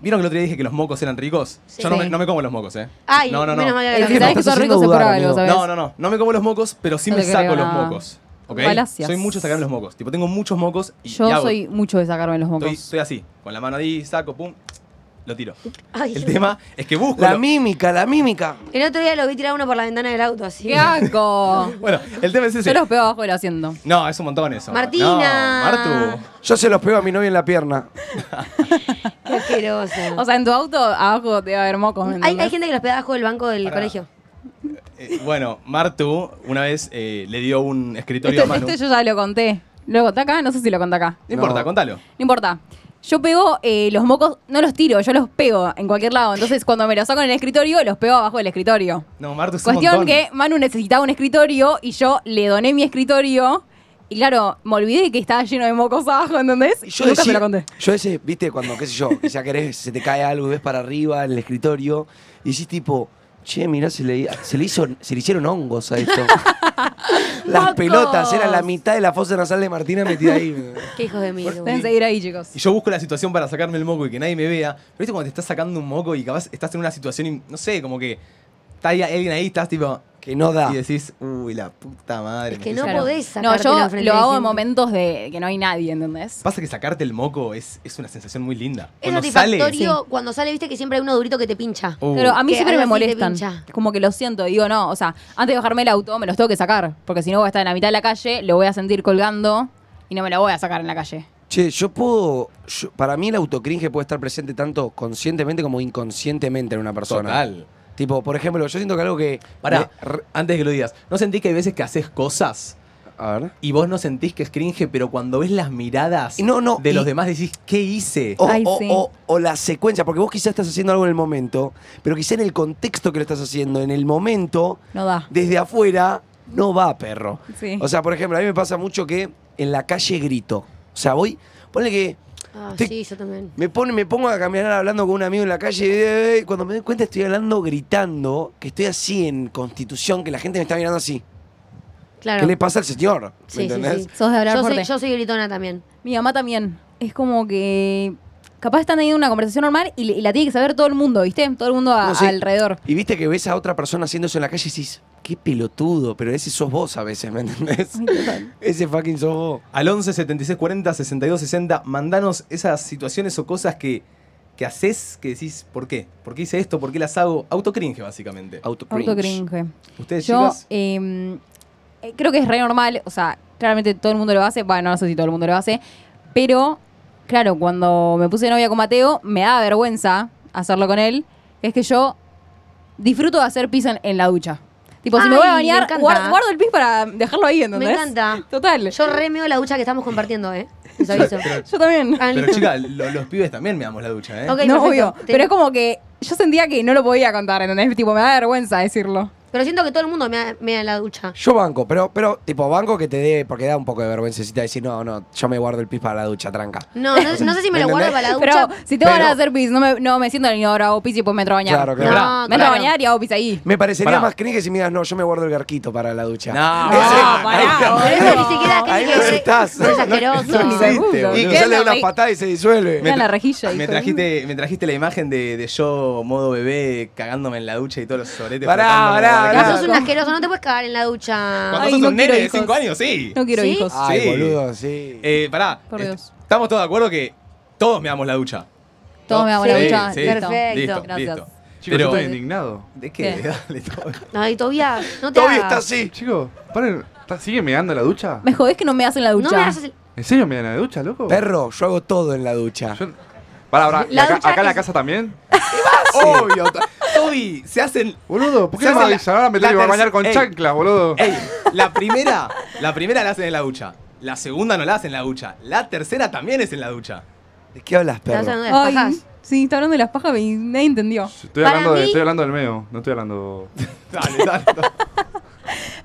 B: ¿Vieron que el otro día dije que los mocos eran ricos?
D: Sí.
B: Yo no,
C: Sí.
B: me, no me como los mocos, ¿eh?
D: Ay,
B: no, no, no.
D: menos mal que
A: Es
C: El
D: lo
C: que
A: me
C: sabes que
A: estás
C: sos rico se
A: haciendo
C: prueba
A: dudar,
C: algo,
A: amigo.
C: ¿sabes?
B: No, no, no. No me como los mocos, pero sí
C: No
B: me
C: te
B: saco
C: creo,
B: los
C: ah.
B: mocos. ¿Ok?
C: Falacias.
B: Soy mucho de sacarme los mocos. Tipo, tengo muchos mocos y y
C: Yo
B: hago-
C: soy mucho de sacarme los mocos.
B: Estoy, estoy así, con la mano ahí, saco, pum, lo tiro.
D: Ay,
B: El tema es que busco.
A: La
B: lo-
A: mímica, la mímica.
D: El otro día lo vi tirar uno por la ventana del auto, así.
C: ¡Qué asco!
B: Bueno, el tema es ese.
C: Yo los pego abajo del asiento.
B: No, es un montón eso.
D: Martina.
B: No, Martu.
A: Yo se los pego a mi novia en la pierna.
D: Qué asqueroso.
C: O sea, en tu auto abajo te va a haber mocos. ¿me
D: hay,
C: entendés?
D: hay gente que los pega abajo del banco del
B: Pará.
D: colegio.
B: Eh, bueno, Martu una vez eh, le dio un escritorio
C: Esto,
B: a Manu.
C: esto Este- yo ya lo conté. ¿Lo conté acá? No sé si lo conté acá.
B: No importa,
A: No.
B: contalo.
C: No importa. Yo pego eh, los mocos, no los tiro, yo los pego en cualquier lado. Entonces, cuando me los saco en el escritorio, los pego abajo del escritorio.
B: No, Martu es un
C: Cuestión
B: montón.
C: que Manu necesitaba un escritorio y yo le doné mi escritorio. Y claro, me olvidé que estaba lleno de mocos abajo, ¿entendés?
A: Y yo
C: Nunca
A: decía-
C: se lo conté.
A: Yo ese, viste, cuando, qué sé yo, que ya querés, se te cae algo y ves para arriba en el escritorio y decís tipo, che, mirá, se le, se le, hizo, se le hicieron hongos a esto. Las
C: Mocos.
A: pelotas, era la mitad de la fosa nasal de Martina metida ahí.
D: Qué hijos de mí.
C: Deben seguir ahí, chicos.
B: Y yo busco la situación para sacarme el moco y que nadie me vea. Pero viste cuando te estás sacando un moco y capaz estás en una situación, in- no sé, como que está ahí alguien ahí, estás tipo.
A: Que no da.
B: Y decís, uy, la puta madre.
D: Es
B: me
D: que
B: estoy
D: no
B: sacando".
D: podés
C: No,
D: sacártelo
C: yo
D: enfrente
C: lo
D: de
C: hago en
D: gente.
C: momentos de que no hay nadie, ¿entendés?
B: Pasa que sacarte el moco es, es una sensación muy linda.
D: Es
B: Cuando sale,
D: satisfactorio cuando sale, viste que siempre hay uno durito que te pincha.
B: Uh.
C: Pero a mí
D: Que
C: siempre me
D: algo así te
C: molestan.
D: pincha.
C: Como que lo siento, digo, no, o sea, antes de bajarme el auto me los tengo que sacar, porque si no voy a estar en la mitad de la calle, lo voy a sentir colgando y no me lo voy a sacar en la calle.
A: Che, yo puedo. yo- para mí el autocringe puede estar presente tanto conscientemente como inconscientemente en una persona.
B: Total.
A: Tipo, por ejemplo, yo siento que algo que.
B: Pará,
A: me- re-
B: antes que lo digas, ¿no sentís que hay veces que haces cosas
A: a ver.
B: y vos no sentís que es cringe, pero cuando ves las miradas
A: Y no, no,
B: de
A: y-
B: los demás decís, ¿qué hice?
A: O,
C: Ay,
A: o-
C: sí.
A: o- o la secuencia, porque vos quizás estás haciendo algo en el momento, pero quizá en el contexto que lo estás haciendo, en el momento,
C: No da.
A: desde afuera, no va, perro.
C: Sí.
A: O sea, por ejemplo, a mí me pasa mucho que en la calle grito. O sea, voy, ponle que
D: Ah,
A: Te-
D: sí, yo también.
A: me, pone, me pongo a caminar hablando con un amigo en la calle eh, eh, y cuando me doy cuenta estoy hablando gritando, que estoy así en constitución, que la gente me está mirando así.
D: Claro.
A: ¿Qué le pasa al señor? ¿Me
D: Sí, sí,
A: entendés?
D: sí.
C: Sos de hablar
D: yo, soy,
C: fuerte.
D: yo soy gritona también.
C: Mi mamá también. Es como que capaz están teniendo una conversación normal y, le- y la tiene que saber todo el mundo, ¿viste? Todo el mundo a-
A: No, sí.
C: Ah, alrededor.
A: Y viste que ves a otra persona haciendo eso en la calle y decís, qué pelotudo, pero ese sos vos a veces, ¿me entendés? ese fucking sos vos.
B: Al 11 76 40 62 60, mandanos esas situaciones o cosas que, que haces que decís, ¿por qué? ¿Por qué hice esto? ¿Por qué las hago? Autocringe, básicamente.
A: Autocringe.
C: Autocringe.
B: ¿Ustedes,
C: Yo
B: chicas?
C: eh, eh, creo que es re normal, o sea, claramente todo el mundo lo hace, bueno, no sé si todo el mundo lo hace, pero claro, cuando me puse de novia con Mateo, me da vergüenza hacerlo con él, es que yo disfruto de hacer pis en, en la ducha. Tipo, si me voy a
D: Ay,
C: bañar,
D: me encanta.
C: guar- guardo el pis para dejarlo ahí, ¿entendés?
D: Me encanta.
C: Total. Yo,
D: Yo remeo la ducha que estamos compartiendo, ¿eh? Les aviso.
C: también.
D: Ah,
B: Pero
D: listo.
B: chicas, lo- los pibes también me damos la ducha, ¿eh?
D: Ok,
C: no,
D: perfecto.
C: obvio.
D: Te-
C: Pero es como que yo sentía que no lo podía contar, ¿entendés? Tipo, me da vergüenza decirlo.
D: Pero siento que todo el mundo me da, me da la ducha.
A: Yo banco, pero, pero tipo banco que te dé, porque da un poco de vergüencita decir, no, no, yo me guardo el pis para la ducha, tranca.
D: No, no, no sé si me lo
A: ¿Me
D: guardo
A: entendés?
D: para la ducha.
C: Pero si te van a
A: pero-
C: hacer pis, no me, no me siento en el inodoro, hago pis y pues me entro a bañar.
A: Claro, claro.
B: Pará,
D: no,
C: Me entro a
D: claro.
C: bañar y hago pis ahí.
A: Me parecería
B: Pará.
A: más cringe si me digas, no, yo me guardo el garquito para la ducha.
B: No,
C: No, Ah, pará,
D: Pero eso ni
C: boludo.
D: siquiera
A: Ahí
D: creo
A: no
D: que-
A: estás.
D: Sos asqueroso.
B: no existe,
C: Segundo.
A: Y
B: boludo.
A: que
C: Yo
A: sale
C: no
A: una
C: me-
A: patada y se disuelve.
C: Me- en la rejilla,
B: Me
C: hijo.
B: trajiste, me trajiste la imagen de, de yo, modo bebé, cagándome en la ducha y todos los soretes.
A: Pará,
B: frotándome
A: pará,
B: como de
A: pará.
D: No
B: cara.
D: sos un asqueroso, no te puedes cagar en la ducha.
B: Cuando
C: Ay,
B: sos
C: no
B: un nene
C: quiero
B: de
C: hijos.
B: 5 años, sí.
C: No quiero
D: ¿Sí?
C: hijos.
A: Ay,
B: Sí.
A: boludo, sí.
B: Eh, pará.
C: Por
B: est-
C: Dios.
B: Estamos todos de acuerdo que todos me damos la ducha.
C: Todos me damos la
D: Sí,
C: ducha.
D: sí.
C: Listo.
D: Perfecto.
B: Listo,
C: Gracias.
B: listo.
E: Chicos,
B: Pero-
E: yo estoy indignado.
B: ¿De qué?
C: ¿Qué?
B: Dale, todo.
D: Ay, Tobias, no te
A: Toby
D: hagas.
A: está así.
E: Chicos, paren. ¿Está- ¿Sigue meando en la ducha?
C: Me jodés que no me hacen la ducha.
D: No me hagas el-
E: ¿En serio me dan la ducha, loco?
A: Perro, yo hago todo en la ducha.
E: Yo- Pará, pará. ¿y
D: La
E: acá,
D: ducha
E: acá en la
D: es-
E: casa también?
B: Obvio. to- Toby, se hacen.
E: Boludo, ¿por qué
B: Se
E: no me
B: hace la-
E: avisan? Ahora me
B: la
E: tengo que
B: terce-
E: bañar con
B: Ey.
E: chanclas, boludo.
B: Ey, la primera, la primera la hacen en la ducha. La segunda no la hacen en la ducha. La tercera también es en la ducha.
A: ¿De qué hablas,
D: Estás hablando
A: perro?
D: de las
C: Ay,
D: pajas.
C: Sí, está hablando de las pajas y nadie entendió.
E: Estoy
D: Para
E: hablando, de-
D: mí-
E: estoy hablando del medio, no estoy hablando...
B: Dale, dale. dale.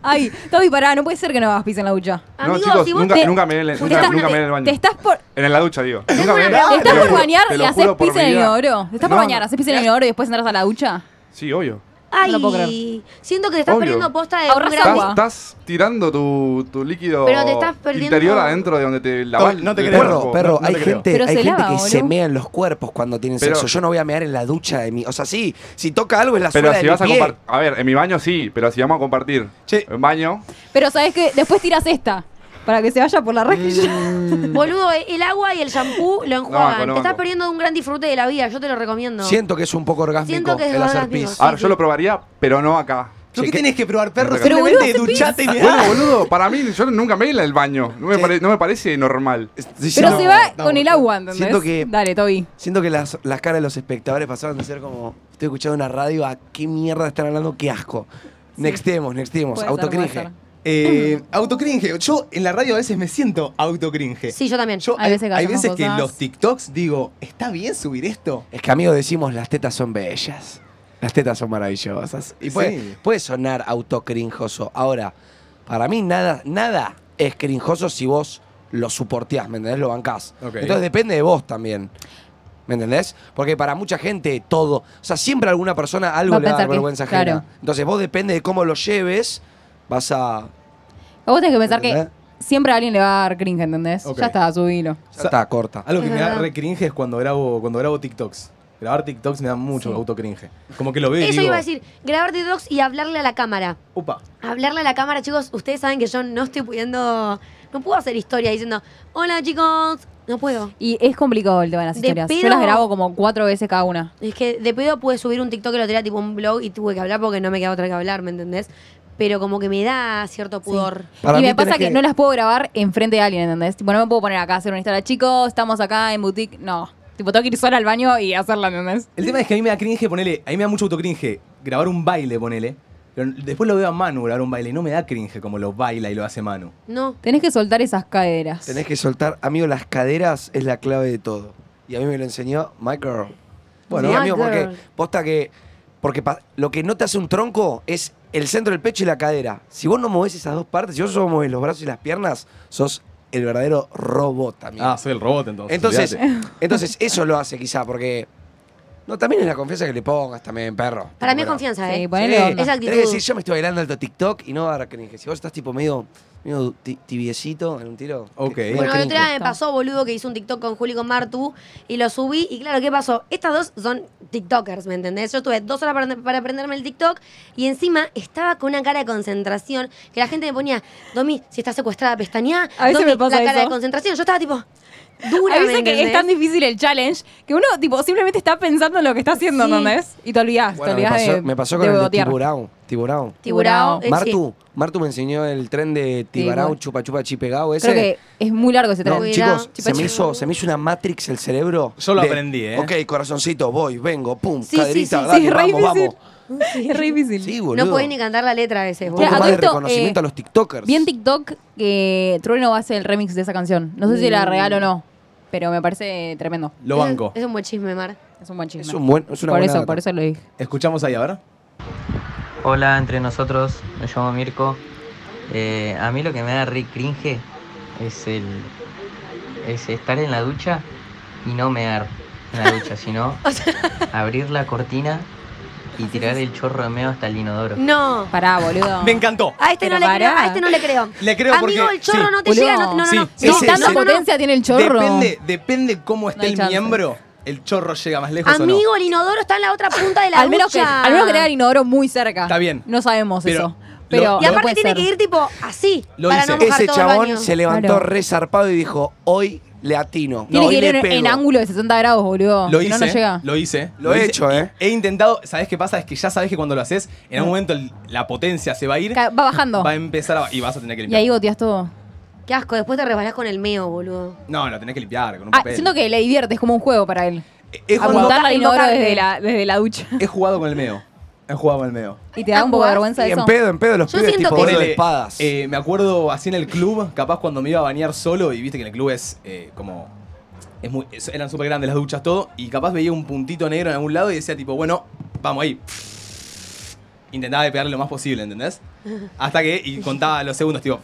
C: Ay, Toby, pará, no puede ser que no hagas pis en la ducha.
E: No,
D: Amigo,
E: chicos,
D: si vos
E: nunca,
D: te-
E: nunca me den en-
D: te
E: nunca,
D: estás-
E: nunca me den en el baño.
C: Te estás por.
E: En la ducha, digo. Nunca me
D: una
E: den-
D: pregunta.
E: te
C: Te estás
E: lo
C: por
E: juro,
C: bañar
E: te
C: y
E: lo
C: haces
E: juro por
C: pis
E: mi
C: en el
E: vida.
C: inodoro. Te estás por
E: No,
C: bañar,
E: no.
C: haces pis en el inodoro y después entras a la ducha.
E: Sí, obvio.
D: Ay,
C: No lo puedo creer.
D: siento que te estás
E: Obvio.
D: perdiendo posta de
C: Ahorras
D: un gran-
E: Estás,
C: agua.
E: estás tirando tu, tu líquido
D: Pero te estás perdiendo-
E: interior adentro de donde te lavas.
B: No te
E: el
B: creo.
A: Perro,
E: cuerpo.
A: perro,
B: No
A: hay
B: te creo.
A: gente,
C: Pero
A: hay
C: se
A: gente
C: lava,
A: que
C: boludo.
A: se mea en los cuerpos cuando tienen
E: Pero-
A: sexo. Yo no voy a mear en la ducha de mi. O sea, sí, si toca algo es la
E: Pero
A: suela
E: si
A: de
E: vas a
A: mi pie.
E: compartir. A ver, en mi baño sí, pero si vamos a compartir
B: Che.
E: en baño.
C: Pero sabes que después tiras esta para que se vaya por la
E: Eh,
C: rejilla.
D: Boludo, eh, el agua y el shampoo lo enjuagan.
E: banco, no
D: te estás
E: banco.
D: perdiendo de un gran disfrute de la vida, yo te lo recomiendo.
A: Siento que es un poco orgásmico
D: Siento que es
A: el hacer
D: orgásmico,
A: pis.
D: sí.
E: A ver, yo lo probaría, pero no acá.
B: ¿Tú
A: Sí,
B: qué
A: que-
B: tenés que probar, perro?
E: Pero,
C: boludo,
B: Simplemente
C: hace pis.
B: duchate y
E: Ah, Bueno, boludo, para mí yo nunca me he ido al baño. No me,
A: Sí.
E: pare- no me parece normal.
A: Sí,
C: Pero
A: no,
C: se va
B: no,
C: con el
B: no.
C: agua, ¿entendés?
A: Siento que-
C: Dale, Toby.
A: Siento que las, las caras de los espectadores pasaron de ser como, estoy escuchando una radio, ¿a qué mierda están hablando? ¡Qué asco! Nextemos, nextemos,
C: Puede ser, puede
A: autocringe.
C: ser.
B: Eh, autocringe. Yo en la radio a veces me siento autocringe.
D: Sí, yo también.
B: Yo,
C: Hay
B: hay,
C: veces que
B: hay
C: hacemos
B: veces que
C: cosas.
B: los TikToks digo, ¿está bien subir esto?
A: Es que amigos decimos, las tetas son bellas. Las tetas son maravillosas. Y puede,
B: Sí.
A: puede sonar autocrinjoso. Ahora, para mí nada, nada es crinjoso si vos lo soporteás, ¿me entendés? Lo bancás.
B: Ok.
A: Entonces depende de vos también. ¿Me entendés? Porque para mucha gente todo. O sea, siempre alguna persona algo
C: Va a
A: le va a dar
C: pensar que-
A: vergüenza ajena.
C: claro.
A: Entonces vos depende de cómo lo lleves, vas a.
C: Vos tenés que pensar que
A: ¿Entendés?
C: siempre a alguien le va a dar cringe, ¿entendés?
B: Ok.
C: Ya está, subilo.
A: ya está, corta.
B: Algo que
D: Es
B: me da
D: verdad.
B: re cringe es cuando grabo, cuando grabo TikToks. Grabar TikToks me da mucho
C: Sí.
B: autocringe. Como que lo veo y
D: Eso
B: digo,
D: iba a decir, grabar de docs y hablarle a la cámara.
B: upa.
D: Hablarle a la cámara, chicos, ustedes saben que yo no estoy pudiendo. No puedo hacer historia diciendo, hola chicos, no puedo.
C: Y es complicado el tema de las
D: De
C: historias. Yo
D: pedo-
C: las grabo como cuatro veces cada una.
D: Es que de pedo pude subir un TikTok el otro día, tipo un blog, y tuve que hablar porque no me quedaba otra que hablar, ¿me entendés? Pero como que me da cierto pudor.
A: Para
C: y
A: mí
C: me pasa
A: tenés
C: que...
A: que-
C: no las puedo grabar enfrente de alguien, ¿entendés? Tipo, no me puedo poner acá a hacer una historia. Chicos, estamos acá en boutique. No. Tipo, tengo que ir sola al baño y hacerla, ¿entendés?
B: El tema es que a mí me da cringe, ponele, a mí me da mucho autocringe grabar un baile, ponele. Pero después lo veo a Manu grabar un baile y no me da cringe como lo baila y lo hace Manu.
D: No.
C: Tenés que soltar esas caderas.
A: Tenés que soltar, amigo, las caderas es la clave de todo. Y a mí me lo enseñó My Girl. Bueno,
D: My
A: amigo, porque
D: girl.
A: posta que. Porque pa- lo que no te hace un tronco es el centro del pecho y la cadera. Si vos no movés esas dos partes, si vos solo movés los brazos y las piernas, sos el verdadero robot, amigo.
B: Ah, soy el robot entonces.
A: entonces,
B: olvídate.
A: entonces, eso lo hace quizá, porque. No, también es la confianza que le pongas también, perro.
D: Para mí es
A: Pero-
D: confianza,
C: Sí,
D: ¿eh?
C: ponele onda.
D: Esa actitud.
A: Tenés que decir, yo me estoy bailando alto TikTok y no dar cringe. Si vos estás tipo medio, medio ti- tibiecito en un tiro.
B: Ok.
A: medio
D: Bueno, el otro día
A: cringe.
D: me pasó, boludo, que hice un TikTok con Juli y con Martu y lo subí. Y claro, ¿qué pasó? Estas dos son TikTokers, ¿me entendés? Yo estuve dos horas para, para aprenderme el TikTok y encima estaba con una cara de concentración que la gente me ponía, Domi, si estás secuestrada, pestañá.
C: A veces
D: Domi,
C: me pasa
D: la cara
C: eso.
D: de concentración. Yo estaba tipo, dura,
C: Hay
D: ¿me
C: veces que
D: entendés?
C: es tan difícil el challenge que uno, tipo, simplemente está pensando en lo que está haciendo,
D: Sí.
C: ¿entendés? Y te olvidás,
A: Bueno,
C: te
A: me
C: olvidás
A: pasó,
C: de.
A: me pasó con
C: de
A: el de
C: botear.
A: Tiburón. Tiburón.
D: Tiburao, eh,
A: Martu, Martu me enseñó el tren de Tiburón,
C: bueno.
A: chupa chupa chipegao ese.
C: Creo que es muy largo ese
A: No,
C: tren.
A: chicos,
D: Chupa
A: se me,
D: chupa.
A: hizo, se me hizo una matrix el cerebro.
B: Yo lo
A: de,
B: aprendí, ¿eh?
A: Ok, corazoncito, voy, vengo, pum,
D: Sí, sí,
A: caderita,
D: sí,
A: dale,
C: sí, re
A: vamos,
C: difícil.
A: vamos.
D: sí.
C: es re difícil.
A: Sí, boludo.
D: No podés ni cantar la letra a veces,
A: Un
D: boludo.
A: poco
C: Claro, a
A: más de
C: todo esto,
A: reconocimiento
C: eh,
A: a los tiktokers.
C: Bien TikTok que Trueno va a hacer el remix de esa canción. No sé si
B: Mm.
C: era real o no, pero me parece tremendo.
B: Lo banco.
D: Es, es un buen chisme, Mar.
C: Es un buen chisme.
A: Es un buen- es una
C: por
A: buena
C: eso,
A: data.
C: por eso lo dije.
B: Escuchamos ahí, a ver.
F: Hola, entre nosotros, me llamo Mirko. Eh, a mí lo que me da re cringe es el es estar en la ducha y no mear en la ducha, sino abrir la cortina y tirar el chorro de meo hasta el inodoro.
D: No.
C: Pará, boludo.
B: Me encantó.
D: A este
C: Pero
D: no le creo,
C: pará.
D: a este no le creo.
B: Le creo
D: Amigo,
B: porque-
D: el chorro
B: sí.
D: no te
C: Boludo.
D: llega, no, no, no,
B: Sí,
D: no.
B: sí,
D: no,
B: sí,
D: no,
C: tanta
B: sí.
D: no, no.
C: potencia tiene el chorro.
B: Depende, depende cómo esté
C: No hay
B: el
C: chance.
B: miembro, el chorro llega más lejos o no.
D: Amigo, el inodoro está en la otra punta de la
C: al menos que,
D: ducha.
C: al menos que tenga el inodoro muy cerca.
B: Está bien.
C: No sabemos
B: Pero
C: eso.
B: lo-
C: Pero
B: lo-
D: Y
C: no
D: aparte
C: puede
D: tiene
C: ser.
D: que ir tipo así.
B: Lo
D: para
B: hice.
D: no mojar
A: Ese
D: todo el
A: chabón
D: baño.
A: se levantó
C: Claro.
A: re zarpado y dijo, hoy le atino.
C: Tiene
A: hoy
C: que ir
A: le
C: en, en
A: pego.
C: ángulo de 60 grados, boludo.
B: Lo
C: si
B: hice,
C: no, no llega.
B: lo hice.
A: Lo he
B: hice.
A: hecho, ¿eh?
B: He intentado, ¿sabes qué pasa? Es que ya sabes que cuando lo haces, en
C: Mm.
B: algún momento el- la potencia se va a ir,
C: Ca- Va bajando.
B: va a empezar a, y vas a tener que
C: Y
B: limpiar.
C: ahí goteas todo.
D: Qué asco, después te resbalás con el meo, boludo.
B: No, lo tenés que limpiar con un
C: Ah,
B: papel.
C: siento que le divierte, es como un juego para él.
B: He jugado,
C: Apuntar al inodoro
D: invocarle.
C: desde la, desde la ducha.
B: he jugado con el meo. He jugado con el meo.
C: ¿Y te da un poco de
D: Ah,
C: vergüenza
A: Y en
C: eso?
A: pedo, en pedo, los
D: Yo
A: pibes
D: siento
A: tipo
D: que-
A: gordo de
B: Ponele,
A: espadas.
B: eh, me acuerdo así en el club, capaz cuando me iba a bañar solo y viste que en el club es eh, como. es muy- es- eran súper grandes las duchas, todo. Y capaz veía un puntito negro en algún lado y decía, tipo, bueno, vamos ahí. intentaba de pegarle lo más posible, ¿entendés? Hasta que, y contaba los segundos, tipo,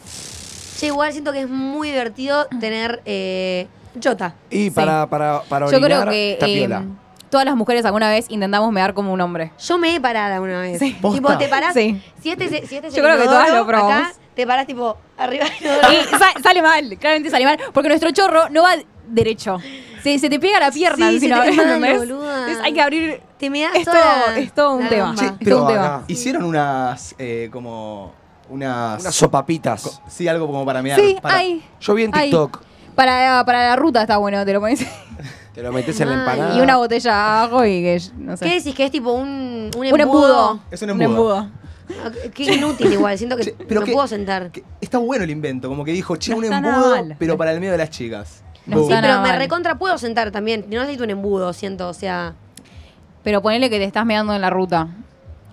D: Che, igual siento que es muy divertido tener eh, Jota.
A: Y para, para, para
C: Yo
A: orinar,
C: creo que
A: está
C: eh,
A: piola.
C: todas las mujeres alguna vez intentamos mear como un hombre.
D: Yo me he parado una vez.
C: Sí.
D: Tipo,
B: ¿Posta?
D: te parás.
C: Sí.
D: Si este, se- si este es
C: Yo
D: el
C: creo que todas
D: inodoro,
C: lo probamos.
D: acá, te parás tipo arriba del inodoro.
C: Y sa- sale mal, claramente sale mal, porque nuestro chorro no va derecho. Se, se te pega la pierna
D: Sí, se
C: encima,
D: te manda,
C: ¿entendés?
D: boluda.
C: Entonces hay que abrir.
D: Te me das
C: Es
D: toda
C: todo, es todo un
D: la
C: tema.
D: gamba.
A: Sí,
C: es
A: pero
C: todo un tema.
A: acá,
B: hicieron unas, eh, como, unas...
A: unas sopapitas.
B: co- sí, algo como para mirar.
C: Sí,
B: para-
C: hay.
A: Yo vi en
C: Ay.
A: TikTok.
C: Para, para la ruta está bueno, te lo pones.
A: Te lo metes en la
D: Ay,
A: empanada.
C: Y una botella abajo y que no sé.
D: ¿Qué decís que es tipo un, un
C: Un embudo.
D: embudo?
B: Es un embudo.
D: Ah, Qué inútil igual, siento que
B: Che, pero
D: me
B: qué-
D: puedo sentar.
B: que Está bueno el invento, como que dijo, che,
C: No
B: un
C: está nada
B: embudo,
C: mal.
B: pero para el medio de las chicas.
C: No
B: Boom.
D: Sí,
C: está
D: pero
C: nada
D: me
C: mal.
D: recontra puedo sentar también. No necesito un embudo, siento, o sea.
C: Pero ponele que te estás meando en la ruta.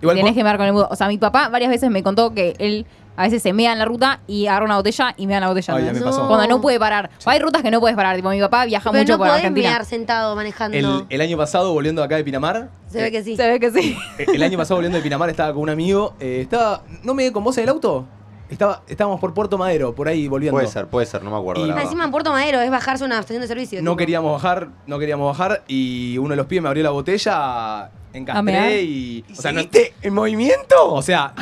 B: Igual
C: Tenés
B: po-
C: que mear con el embudo. O sea, mi papá varias veces me contó que él a veces se mea en la ruta y agarra una botella y mea en la botella.
B: Ay,
C: ¿no?
B: ya me
D: No.
B: pasó.
C: Cuando no puede parar. O hay rutas que no puedes parar. Tipo, mi papá viaja
D: Pero
C: mucho
D: no
C: por
D: podés
C: Argentina.
D: mirar sentado manejando.
B: El, el año pasado, volviendo acá de Pinamar,
D: Se ve que sí.
C: Se ve que sí.
B: eh, el año pasado volviendo de Pinamar estaba con un amigo, eh, estaba, ¿no me con vos en el auto? Estaba, estábamos por Puerto Madero, por ahí volviendo.
G: Puede ser, puede ser, no me acuerdo.
B: Y-
D: Ah,
G: la verdad.
D: Encima en Puerto Madero es bajarse a una estación de servicio.
B: No
D: tipo.
B: queríamos bajar, no queríamos bajar y uno de los pibes me abrió la botella,
C: A mear.
B: encastré y... O sea, no,
A: ¿Seguiste en movimiento?
B: o sea,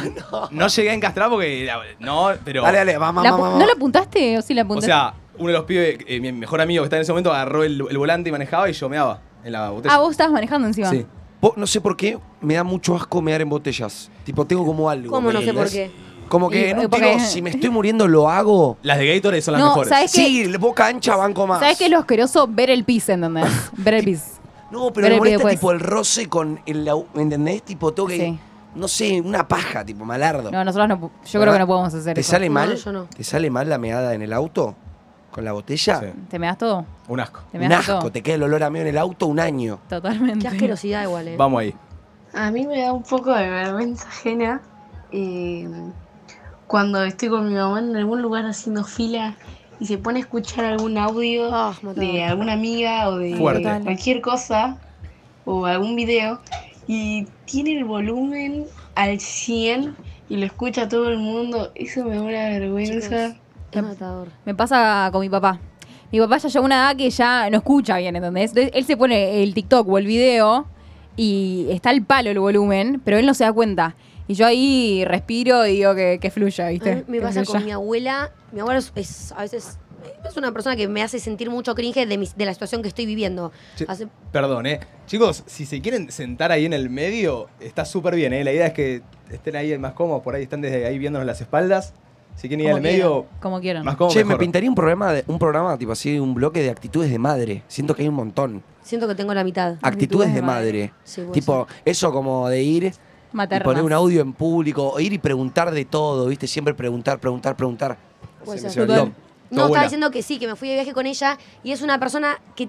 B: no llegué a encastrar porque... la- No, pero...
A: Dale, dale, vamos,
C: La
A: vamos,
C: apu- ¿No la apuntaste o sí la
B: O
C: apuntaste?
B: sea, uno de los pibes, eh, mi mejor amigo que está en ese momento, agarró el, el volante y manejaba y yo meaba en la botella.
C: ah, vos estabas manejando encima.
A: Sí. Po- No sé por qué me da mucho asco mear en botellas. Tipo, tengo como algo.
D: ¿Cómo
A: ¿me
D: no sé por
A: entendés?
D: qué?
A: Como
C: Y- eh,
A: que en un
C: porque-
A: tiro, si me estoy muriendo, lo hago.
B: Las de Gatorade son las
C: No,
B: mejores.
C: ¿sabes? Es que-
A: Sí, boca ancha, banco más.
C: ¿Sabes qué es lo asqueroso? Ver el pis, ¿entendés? Ver el pis.
A: No,
C: Ver
A: pero me
C: el
A: molesta
C: video, pues.
A: tipo el roce con el... lau- ¿Me entendés? Tipo, tengo que...
C: Sí.
A: No sé, una paja, tipo, malardo.
C: No, nosotros no. pu- Yo creo
A: ¿Verdad?
C: que no podemos hacer
A: ¿Te
C: eso.
A: sale mal?
D: No, yo no.
A: ¿Te sale mal la meada en el auto? ¿Con la botella?
B: Sí.
C: ¿Te meas todo?
B: Un asco.
C: ¿Te
A: Un
C: meas
A: asco,
C: todo?
A: te queda el olor a mí en el auto un año.
C: Totalmente.
D: Qué asquerosidad igual, eh.
B: Vamos ahí.
H: A mí me da un poco de vergüenza ajena eh, cuando estoy con mi mamá en algún lugar haciendo fila y se pone a escuchar algún audio
D: Ah, mató.
H: de alguna amiga o de
B: Fuerte.
H: cualquier cosa o algún video y tiene el volumen al 100 y lo escucha todo el mundo. Eso me da una vergüenza.
D: Es matador.
C: Me pasa con mi papá. Mi papá ya llegó a una edad que ya no escucha bien, ¿entendés? Entonces él se pone el TikTok o el video y está al palo el volumen, pero él no se da cuenta. Y yo ahí respiro y digo que, que fluya,
D: A
C: ¿viste?
D: mí me
C: Que
D: pasa
C: fluya.
D: con mi abuela. Mi abuela es, es- a veces es una persona que me hace sentir mucho cringe de, mis- de la situación que estoy viviendo.
B: Che,
D: Hace-
B: Perdón, eh. Chicos, si se quieren sentar ahí en el medio, está súper bien, eh. La idea es que estén ahí más cómodos, por ahí están desde ahí viéndonos las espaldas. Si quieren ir
D: Como
B: al medio,
C: Como quieran.
B: más cómodo.
A: Che, me
B: mejor.
A: pintaría un programa, de, un programa tipo así, un bloque de actitudes de madre. Siento que hay un montón.
D: siento que tengo la mitad.
A: Actitudes de madre.
D: Sí, puede
A: tipo, eso como de ir y
C: Maternas.
A: poner un audio en público, o ir y preguntar de todo, ¿viste? Siempre preguntar, preguntar, preguntar.
D: Puede
A: Se me
D: ser.
A: olvidó.
C: Total.
B: Tu
D: No,
B: abuela.
D: estaba diciendo que sí, que me fui de viaje con ella y es una persona que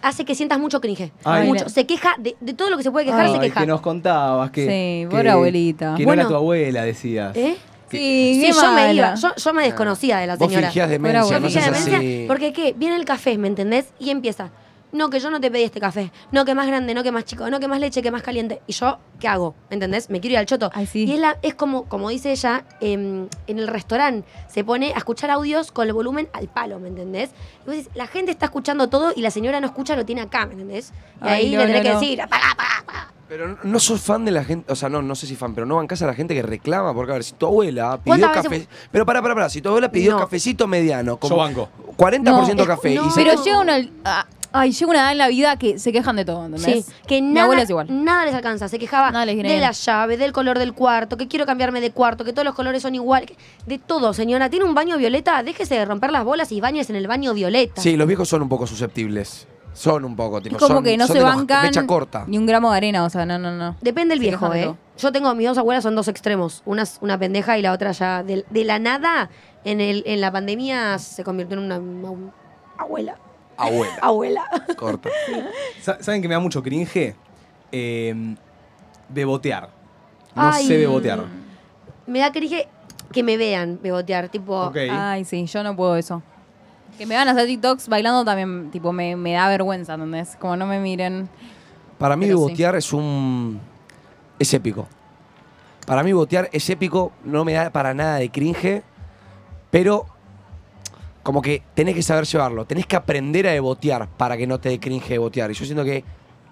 D: hace que sientas mucho cringe.
B: Ay.
D: Mucho. Se queja de, de todo lo que se puede quejar,
B: Ay,
D: se queja.
B: que nos contabas que.
C: Sí,
B: que-
C: pobre abuelita.
B: Que no
D: Bueno.
B: era tu abuela, decías.
D: ¿Eh?
C: Sí,
D: Sí,
C: qué
D: yo me
C: mala.
D: iba, yo, yo me desconocía de la
A: Vos
D: señora.
A: fingías
C: Fuera
A: demencia,
D: Yo
A: no
C: buenísimo.
A: seas
D: fingía demencia
A: así.
D: porque ¿qué? Viene el café, ¿me entendés? Y empieza. No, que yo no te pedí este café. No, que más grande, no, que más chico. No, que más leche, que más caliente. Y yo, ¿qué hago? ¿Me entendés? Me quiero ir al choto.
C: Ay, Ah, sí.
D: Y es, la- es como, como dice ella, em, en el restaurante se pone a escuchar audios con el volumen al palo, ¿me entendés? Y vos decís, la gente está escuchando todo y la señora no escucha, lo tiene acá, ¿me entendés? Y
C: Ay,
D: ahí
C: no,
D: le
C: no,
D: tenés que
C: no.
D: decir, apagá, apagá, apagá.
A: Pero no- no sos fan de la gente, o sea, no, no sé si fan, pero no bancás a la gente que reclama, porque a ver, si tu abuela pidió
D: ¿Cuántas
A: café.
D: veces-
A: Pero pará, pará, pará, si tu abuela pidió
D: No.
A: cafecito mediano,
B: Yo
A: como
B: banco.
A: 40%
D: No,
A: café,
D: no.
A: y se-
C: Pero llega una. ah, Ay, llega una edad en la vida que se quejan de todo, ¿entendés?
D: Sí, que
C: Mi
D: nada,
C: abuela es igual.
D: nada les alcanza. Se quejaba
C: Nada les viene
D: de
C: bien.
D: la llave, del color del cuarto, que quiero cambiarme de cuarto, que todos los colores son igual. que- De todo, señora. ¿Tiene un baño violeta? Déjese de romper las bolas y bañes en el baño violeta.
A: Sí, los viejos son un poco susceptibles. Son un poco, tipo,
C: es como
A: son-
C: que no
A: son
C: se
A: de los-
C: bancan
A: Mecha corta.
C: ni un gramo de arena, o sea, no, no, no.
D: Depende del
C: Se
D: viejo,
C: quejan de
D: ¿eh?
C: todo.
D: Yo tengo, mis dos abuelas son dos extremos. Una es una pendeja y la otra ya de, de la nada. En, el, en la pandemia se convirtió en una, una abuela.
A: Abuela,
D: Abuela.
A: corta.
B: Sa- ¿Saben que me da mucho cringe? Eh, bebotear. No
D: Ay.
B: sé bebotear.
D: Me da cringe que me vean bebotear, tipo...
B: Ok.
C: Ay, sí, yo no puedo eso. Que me van a hacer TikToks bailando también, tipo, me, me da vergüenza, ¿entendés? Como no me miren.
A: Para mí,
C: Pero sí.
A: botear es un. Es épico. Para mí botear es épico, no me da para nada de cringe, pero como que tenés que saber llevarlo, tenés que aprender a devotear para que no te dé cringe de botear. Y yo siento que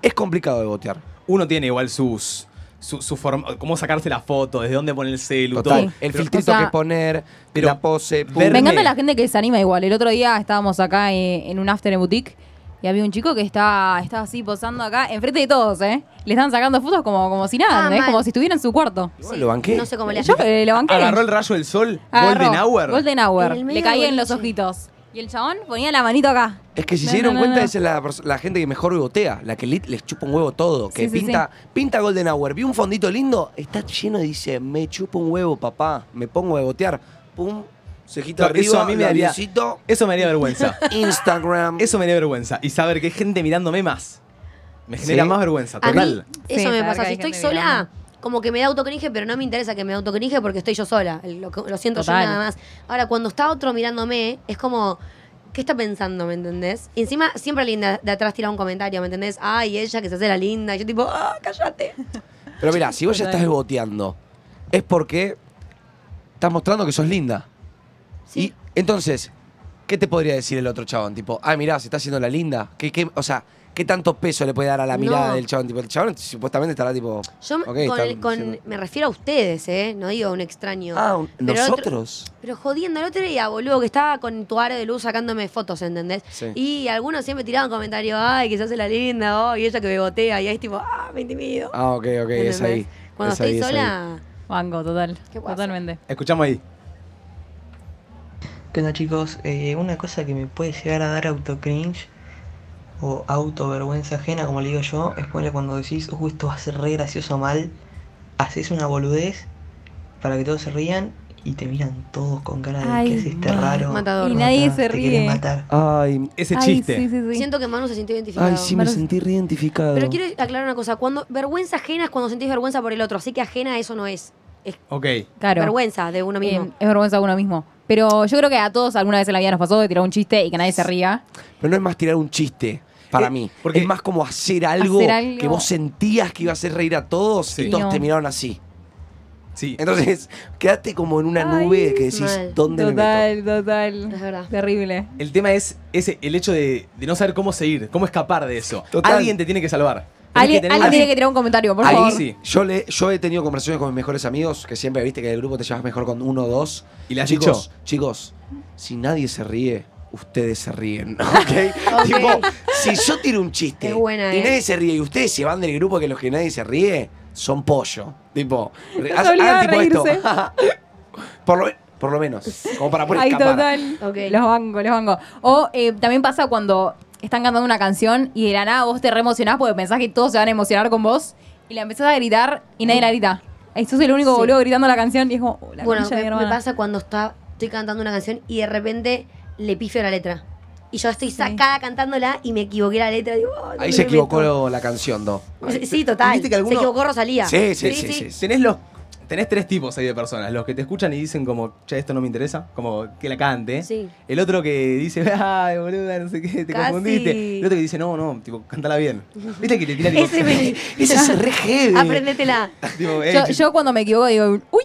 A: es complicado de botear.
B: Uno tiene igual sus. Su, su forma, cómo sacarse la foto, desde dónde pone el celu,
A: Total,
B: todo.
A: el
B: Pero-
A: filtrito
C: o sea,
A: que poner,
B: pero
A: la pose, pum.
B: verme-
C: Me encanta la gente que se anima igual. El otro día estábamos acá eh, en un after en boutique y había un chico que estaba, estaba así posando acá, enfrente de todos, ¿eh? Le estaban sacando fotos como, como si nada,
D: Ah,
C: ¿entendés?
D: mal.
C: Como si estuviera en su cuarto.
A: Igual lo banqué.
D: No sé cómo le
C: Yo
D: hace.
C: eh, lo banqué.
B: Agarró el rayo del sol,
C: Agarró.
B: Golden Hour.
C: Golden Hour.
D: En el medio
C: Le caía
D: del
C: en los
D: boliche.
C: ojitos. Y el chabón ponía la manito acá.
A: Es que si
C: No,
A: se dieron
C: no, no,
A: cuenta,
C: no.
A: esa es la, pers- la gente que mejor botea, la que lit- les chupa un huevo todo, que
C: Sí, sí,
A: pinta, pinta Golden Hour, vi un fondito lindo, está lleno y dice, me chupa un huevo, papá, me pongo a botear. Pum, cejita
B: No,
A: arriba,
B: eso a mí me daría-
A: labiocito,
B: Eso me haría vergüenza.
A: Instagram.
B: Eso me haría vergüenza. Y saber que hay gente mirándome más. Me
A: Sí.
B: genera más vergüenza,
D: A mí
B: total.
D: eso
C: Sí,
D: me
C: saber
D: pasa.
C: que
D: Si
C: hay
D: estoy
C: gente
D: sola,
C: mirando.
D: como que me da autocringe, pero no me interesa que me autocringe porque estoy yo sola. Lo, lo siento
C: Total.
D: yo nada más. Ahora, cuando está otro mirándome, es como, ¿qué está pensando? ¿Me entendés? Y encima, siempre alguien de, de atrás tira un comentario, ¿me entendés? Ay, ella que se hace la linda. Y yo tipo, ah, cállate.
A: Pero mira, si vos ya
C: Total.
A: estás boteando, es porque estás mostrando que sos linda.
D: Sí.
A: Y entonces, ¿qué te podría decir el otro chabón? Tipo, ah, mirá, se está haciendo la linda. ¿Qué, qué- o sea, ¿qué tanto peso le puede dar a la
D: No.
A: mirada del chabón? Tipo, el chabón supuestamente estará tipo.
D: Yo
A: "Ok,
D: con
A: está
D: el- con-
A: diciendo-
D: me refiero a ustedes, ¿eh? No digo a un extraño.
A: Ah, un-
D: Pero otro-
A: nosotros.
D: Pero jodiendo el otro día, boludo, que estaba con tu aro de luz sacándome fotos, ¿entendés?
A: Sí.
D: Y algunos siempre tiraban comentarios, ay, que se hace la linda, oh, y ella que bebotea, y ahí es tipo, ah, me intimido.
A: Ah, ok, ok, es
D: ¿Entendés?
A: ahí.
D: Cuando
A: es
D: estoy
A: ahí, es ahí.
D: sola,
C: Banco, total.
D: ¿Qué pasa?
C: Totalmente.
B: Escuchamos ahí.
F: ¿Qué onda chicos? Eh, una cosa que me puede llegar a dar auto cringe o auto vergüenza ajena, como le digo yo, es ponerle cuando decís, uh, esto va a ser re gracioso mal, haces una boludez para que todos se rían y te miran todos con cara de
C: Ay,
F: que es este
C: ma-
F: raro.
D: matador.
C: Y nadie
F: Matá,
C: se
F: te quieren
C: ríe.
F: matar.
A: Ay,
B: Ese
C: Ay,
B: chiste.
C: sí, sí, sí.
D: siento que Manu se sintió identificado.
A: ay, sí, me
C: Mar-
A: sentí reidentificado.
D: Pero quiero aclarar una cosa, cuando vergüenza ajena es cuando sentís vergüenza por el otro, así que ajena eso no es. Es
B: Ok.
C: Claro.
D: vergüenza de uno mismo.
C: Eh, es vergüenza a uno mismo. Pero yo creo que a todos alguna vez en la vida nos pasó de tirar un chiste y que nadie se ría.
A: Pero no es más tirar un chiste. Para
B: Eh,
A: mí.
B: porque-
A: es más como hacer algo,
C: Hacer algo.
A: que vos sentías que iba a hacer reír a todos
B: Sí.
A: y todos
C: No.
A: te miraron así.
B: Sí.
A: Entonces, quédate como en una
C: Ay,
A: nube que decís,
D: mal.
A: ¿dónde me meto?
C: total,
D: Es
C: total.
D: verdad.
C: Terrible.
B: El tema es ese, el hecho de, de no saber cómo seguir, cómo escapar de eso.
A: Total.
B: Alguien te tiene que salvar. Tenés que
C: Alguien,
B: tener
C: alguien
B: una-
C: tiene que tirar un comentario, por
B: Ahí
C: favor.
B: sí.
A: Yo, le, yo he tenido conversaciones con mis mejores amigos, que siempre viste que del grupo te llevas mejor con uno o dos.
B: ¿Y le has
A: chicos,
B: dicho?
A: chicos, si nadie se ríe, ustedes se ríen. ¿ok? Tipo, si yo tiro un chiste
D: Es buena,
A: y
D: eh.
A: nadie se ríe y ustedes se van del grupo que los que nadie se ríe son pollo. Tipo,
C: Los
A: haz-
C: obliga a
A: hagan tipo esto.
C: reírse.
A: por, lo, por lo menos, como para poder
C: Ay,
A: escapar.
C: total.
D: Ok.
C: Los banco, los banco. O eh, también pasa cuando están cantando una canción y de la nada vos te reemocionás porque pensás que todos se van a emocionar con vos y la empezás a gritar y nadie la grita. Ahí sos el único
D: Sí.
C: boludo gritando la canción y es como, oh, la
D: Bueno,
C: concha de
D: me,
C: mi
D: me
C: hermana.
D: pasa cuando está, estoy cantando una canción y de repente le pifio la letra. Y yo estoy sacada cantándola y me equivoqué la letra. digo,
A: Ahí
D: "Ay, ¿dónde
A: se
D: me meto?".
A: equivocó la canción, ¿no?
D: Sí, sí, total.
B: Viste que alguno-
D: Se equivocó Rosalía.
A: Sí, sí, sí, sí.
B: Tenés los. Tenés tres tipos ahí de personas. Los que te escuchan y dicen como, che, esto no me interesa, como que la cante.
D: Sí.
B: El otro que dice, ay, boluda, no sé qué, te
D: Casi.
B: confundiste. El otro que dice, no, no, tipo, cántala bien. Viste que te tira tipo,
D: Ese me-
A: Ese es re heavy.
D: Aprendetela.
B: tipo, eh,
C: Yo,
B: che,
C: yo cuando me equivoco digo, un, uy,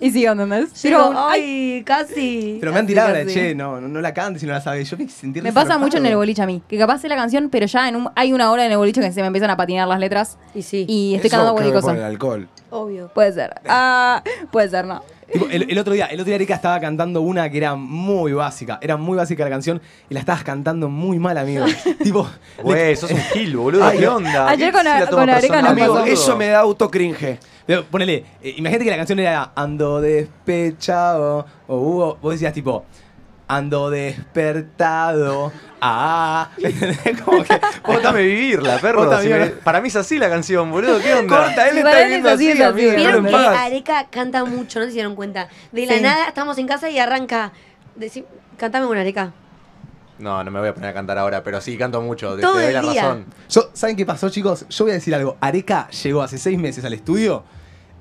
C: y sigo, ¿entendés?
D: Pero,
C: Pero, ay,
D: ay, casi.
B: Pero me han
C: Así,
B: tirado la,
C: así.
B: che, no, no, no la cantes si no la sabes. Yo me sentí
C: me pasa mucho en el boliche a mí, que capaz sé la canción, pero ya en un, hay una hora en el boliche que se me empiezan a patinar las letras
D: Y sí,
C: y estoy
A: Eso
C: cantando
A: creo que
C: cualquier
A: por el
C: cosa.
A: alcohol.
D: obvio.
C: Puede ser. Ah, puede ser, no.
B: Tipo, el, el otro día, el otro día Erika estaba cantando una que era muy básica, era muy básica la canción y la estabas cantando muy mal, amigo. tipo, le-
G: Güey, sos un gil, boludo.
A: eh, Ay,
G: ¿Qué onda?
C: ayer
G: ¿Qué
C: con
G: se
C: la-
G: la toma
C: con la Areca
G: personal,
C: nos
A: Amigo,
C: pasó.
G: boludo?
A: eso me da autocringe.
B: pero ponele, eh, imagínate que la canción era Ando despechado o Hugo, vos decías tipo Ando despertado. Ah, como que
G: Bótame vivirla, perro.
B: Bótame
G: Si me-
B: vivirla.
G: Para mí es así la canción, boludo. ¿Qué onda?
A: Corta, él
C: Y
A: está
C: para él
A: viendo
C: es así,
A: así,
C: es así.
A: amigo, déjalo
D: Vieron
A: en
D: que
A: paz.
D: Areca canta mucho, no se dieron cuenta. De la
C: Sí.
D: nada estamos en casa y arranca. Decí, cantame una Areca.
G: No, no me voy a poner a cantar ahora, pero sí canto mucho. Te,
D: Todo
G: te doy
D: el
G: la
D: día.
G: razón.
B: Yo, ¿saben qué pasó, chicos? Yo voy a decir algo. Areca llegó hace seis meses al estudio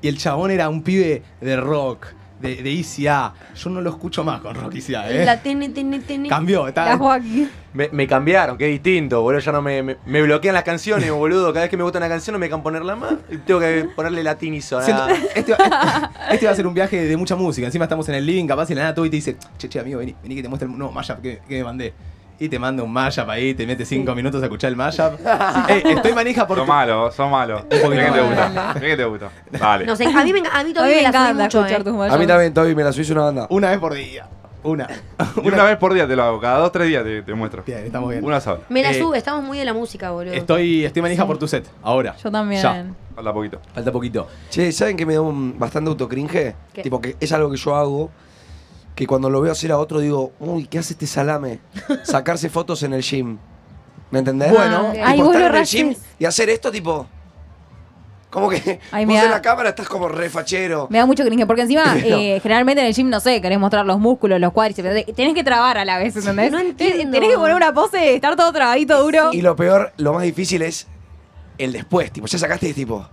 B: y el chabón era un pibe de rock, de, de ICA. Yo no lo escucho más con Rock ICA, ¿eh?
D: La TN, TN, TN.
B: Cambió, está.
C: La Joaquín.
G: Me, me cambiaron, qué distinto, boludo. Ya no me, me, me bloquean las canciones, boludo. Cada vez que me gusta una canción no me dejan ponerla más. Tengo que ponerle latinizo. nada.
C: Ah.
B: Siento- este, va- este va a ser un viaje de mucha música. Encima estamos en el living, capaz y la nada todo y te dice, che, che, amigo, vení, vení que te muestre el nuevo mashup que, que me mandé. Y te manda un mashup ahí, te metes cinco minutos a escuchar el mashup.
G: Eh,
B: Ey, estoy manija por
E: Son
B: tu-
E: malos, son malos. Mirá que te gusta. Mirá que te gusta. Dale.
D: No sé, a mí me, enca-
C: A
D: a mí
C: mí
D: todavía
C: me
D: me la subí
C: encanta
D: mucho.
C: escuchar
D: eh.
C: tus
A: A mí
C: mayores.
A: también, Toby, me la subís una banda.
B: Una vez por día. Una.
E: Y una vez por día te lo hago, cada dos, tres días te, te muestro.
B: Bien, estamos bien.
E: Una sola.
D: Me la
B: Eh,
D: sube, estamos muy de la música, boludo.
B: Estoy, estoy manija por tu set, ahora.
C: Yo también.
B: Ya.
E: Falta poquito.
B: Falta poquito.
A: Che, ¿saben que me da un bastante autocringe?
D: ¿Qué?
A: Tipo, que es algo que yo hago, que cuando lo veo hacer a otro digo, uy, ¿qué hace este salame? Sacarse fotos en el gym. ¿Me entendés?
B: Bueno.
A: Tipo,
C: Ay, vos
A: estar
C: lo
A: en el gym
C: rajes.
A: y hacer esto, tipo. Como que
C: Ay,
A: vos
C: me da-
A: en la cámara estás como refachero.
C: Me da mucho cringe, porque encima,
A: No.
C: eh, generalmente en el gym, no sé, querés mostrar los músculos, los cuádriceps, ¿entendés? tenés que trabar a la vez, ¿entendés?
D: No entiendo.
C: Tenés que poner una pose, estar todo trabadito, duro.
A: Y lo peor, lo más difícil es el después, tipo, ya sacaste y es tipo.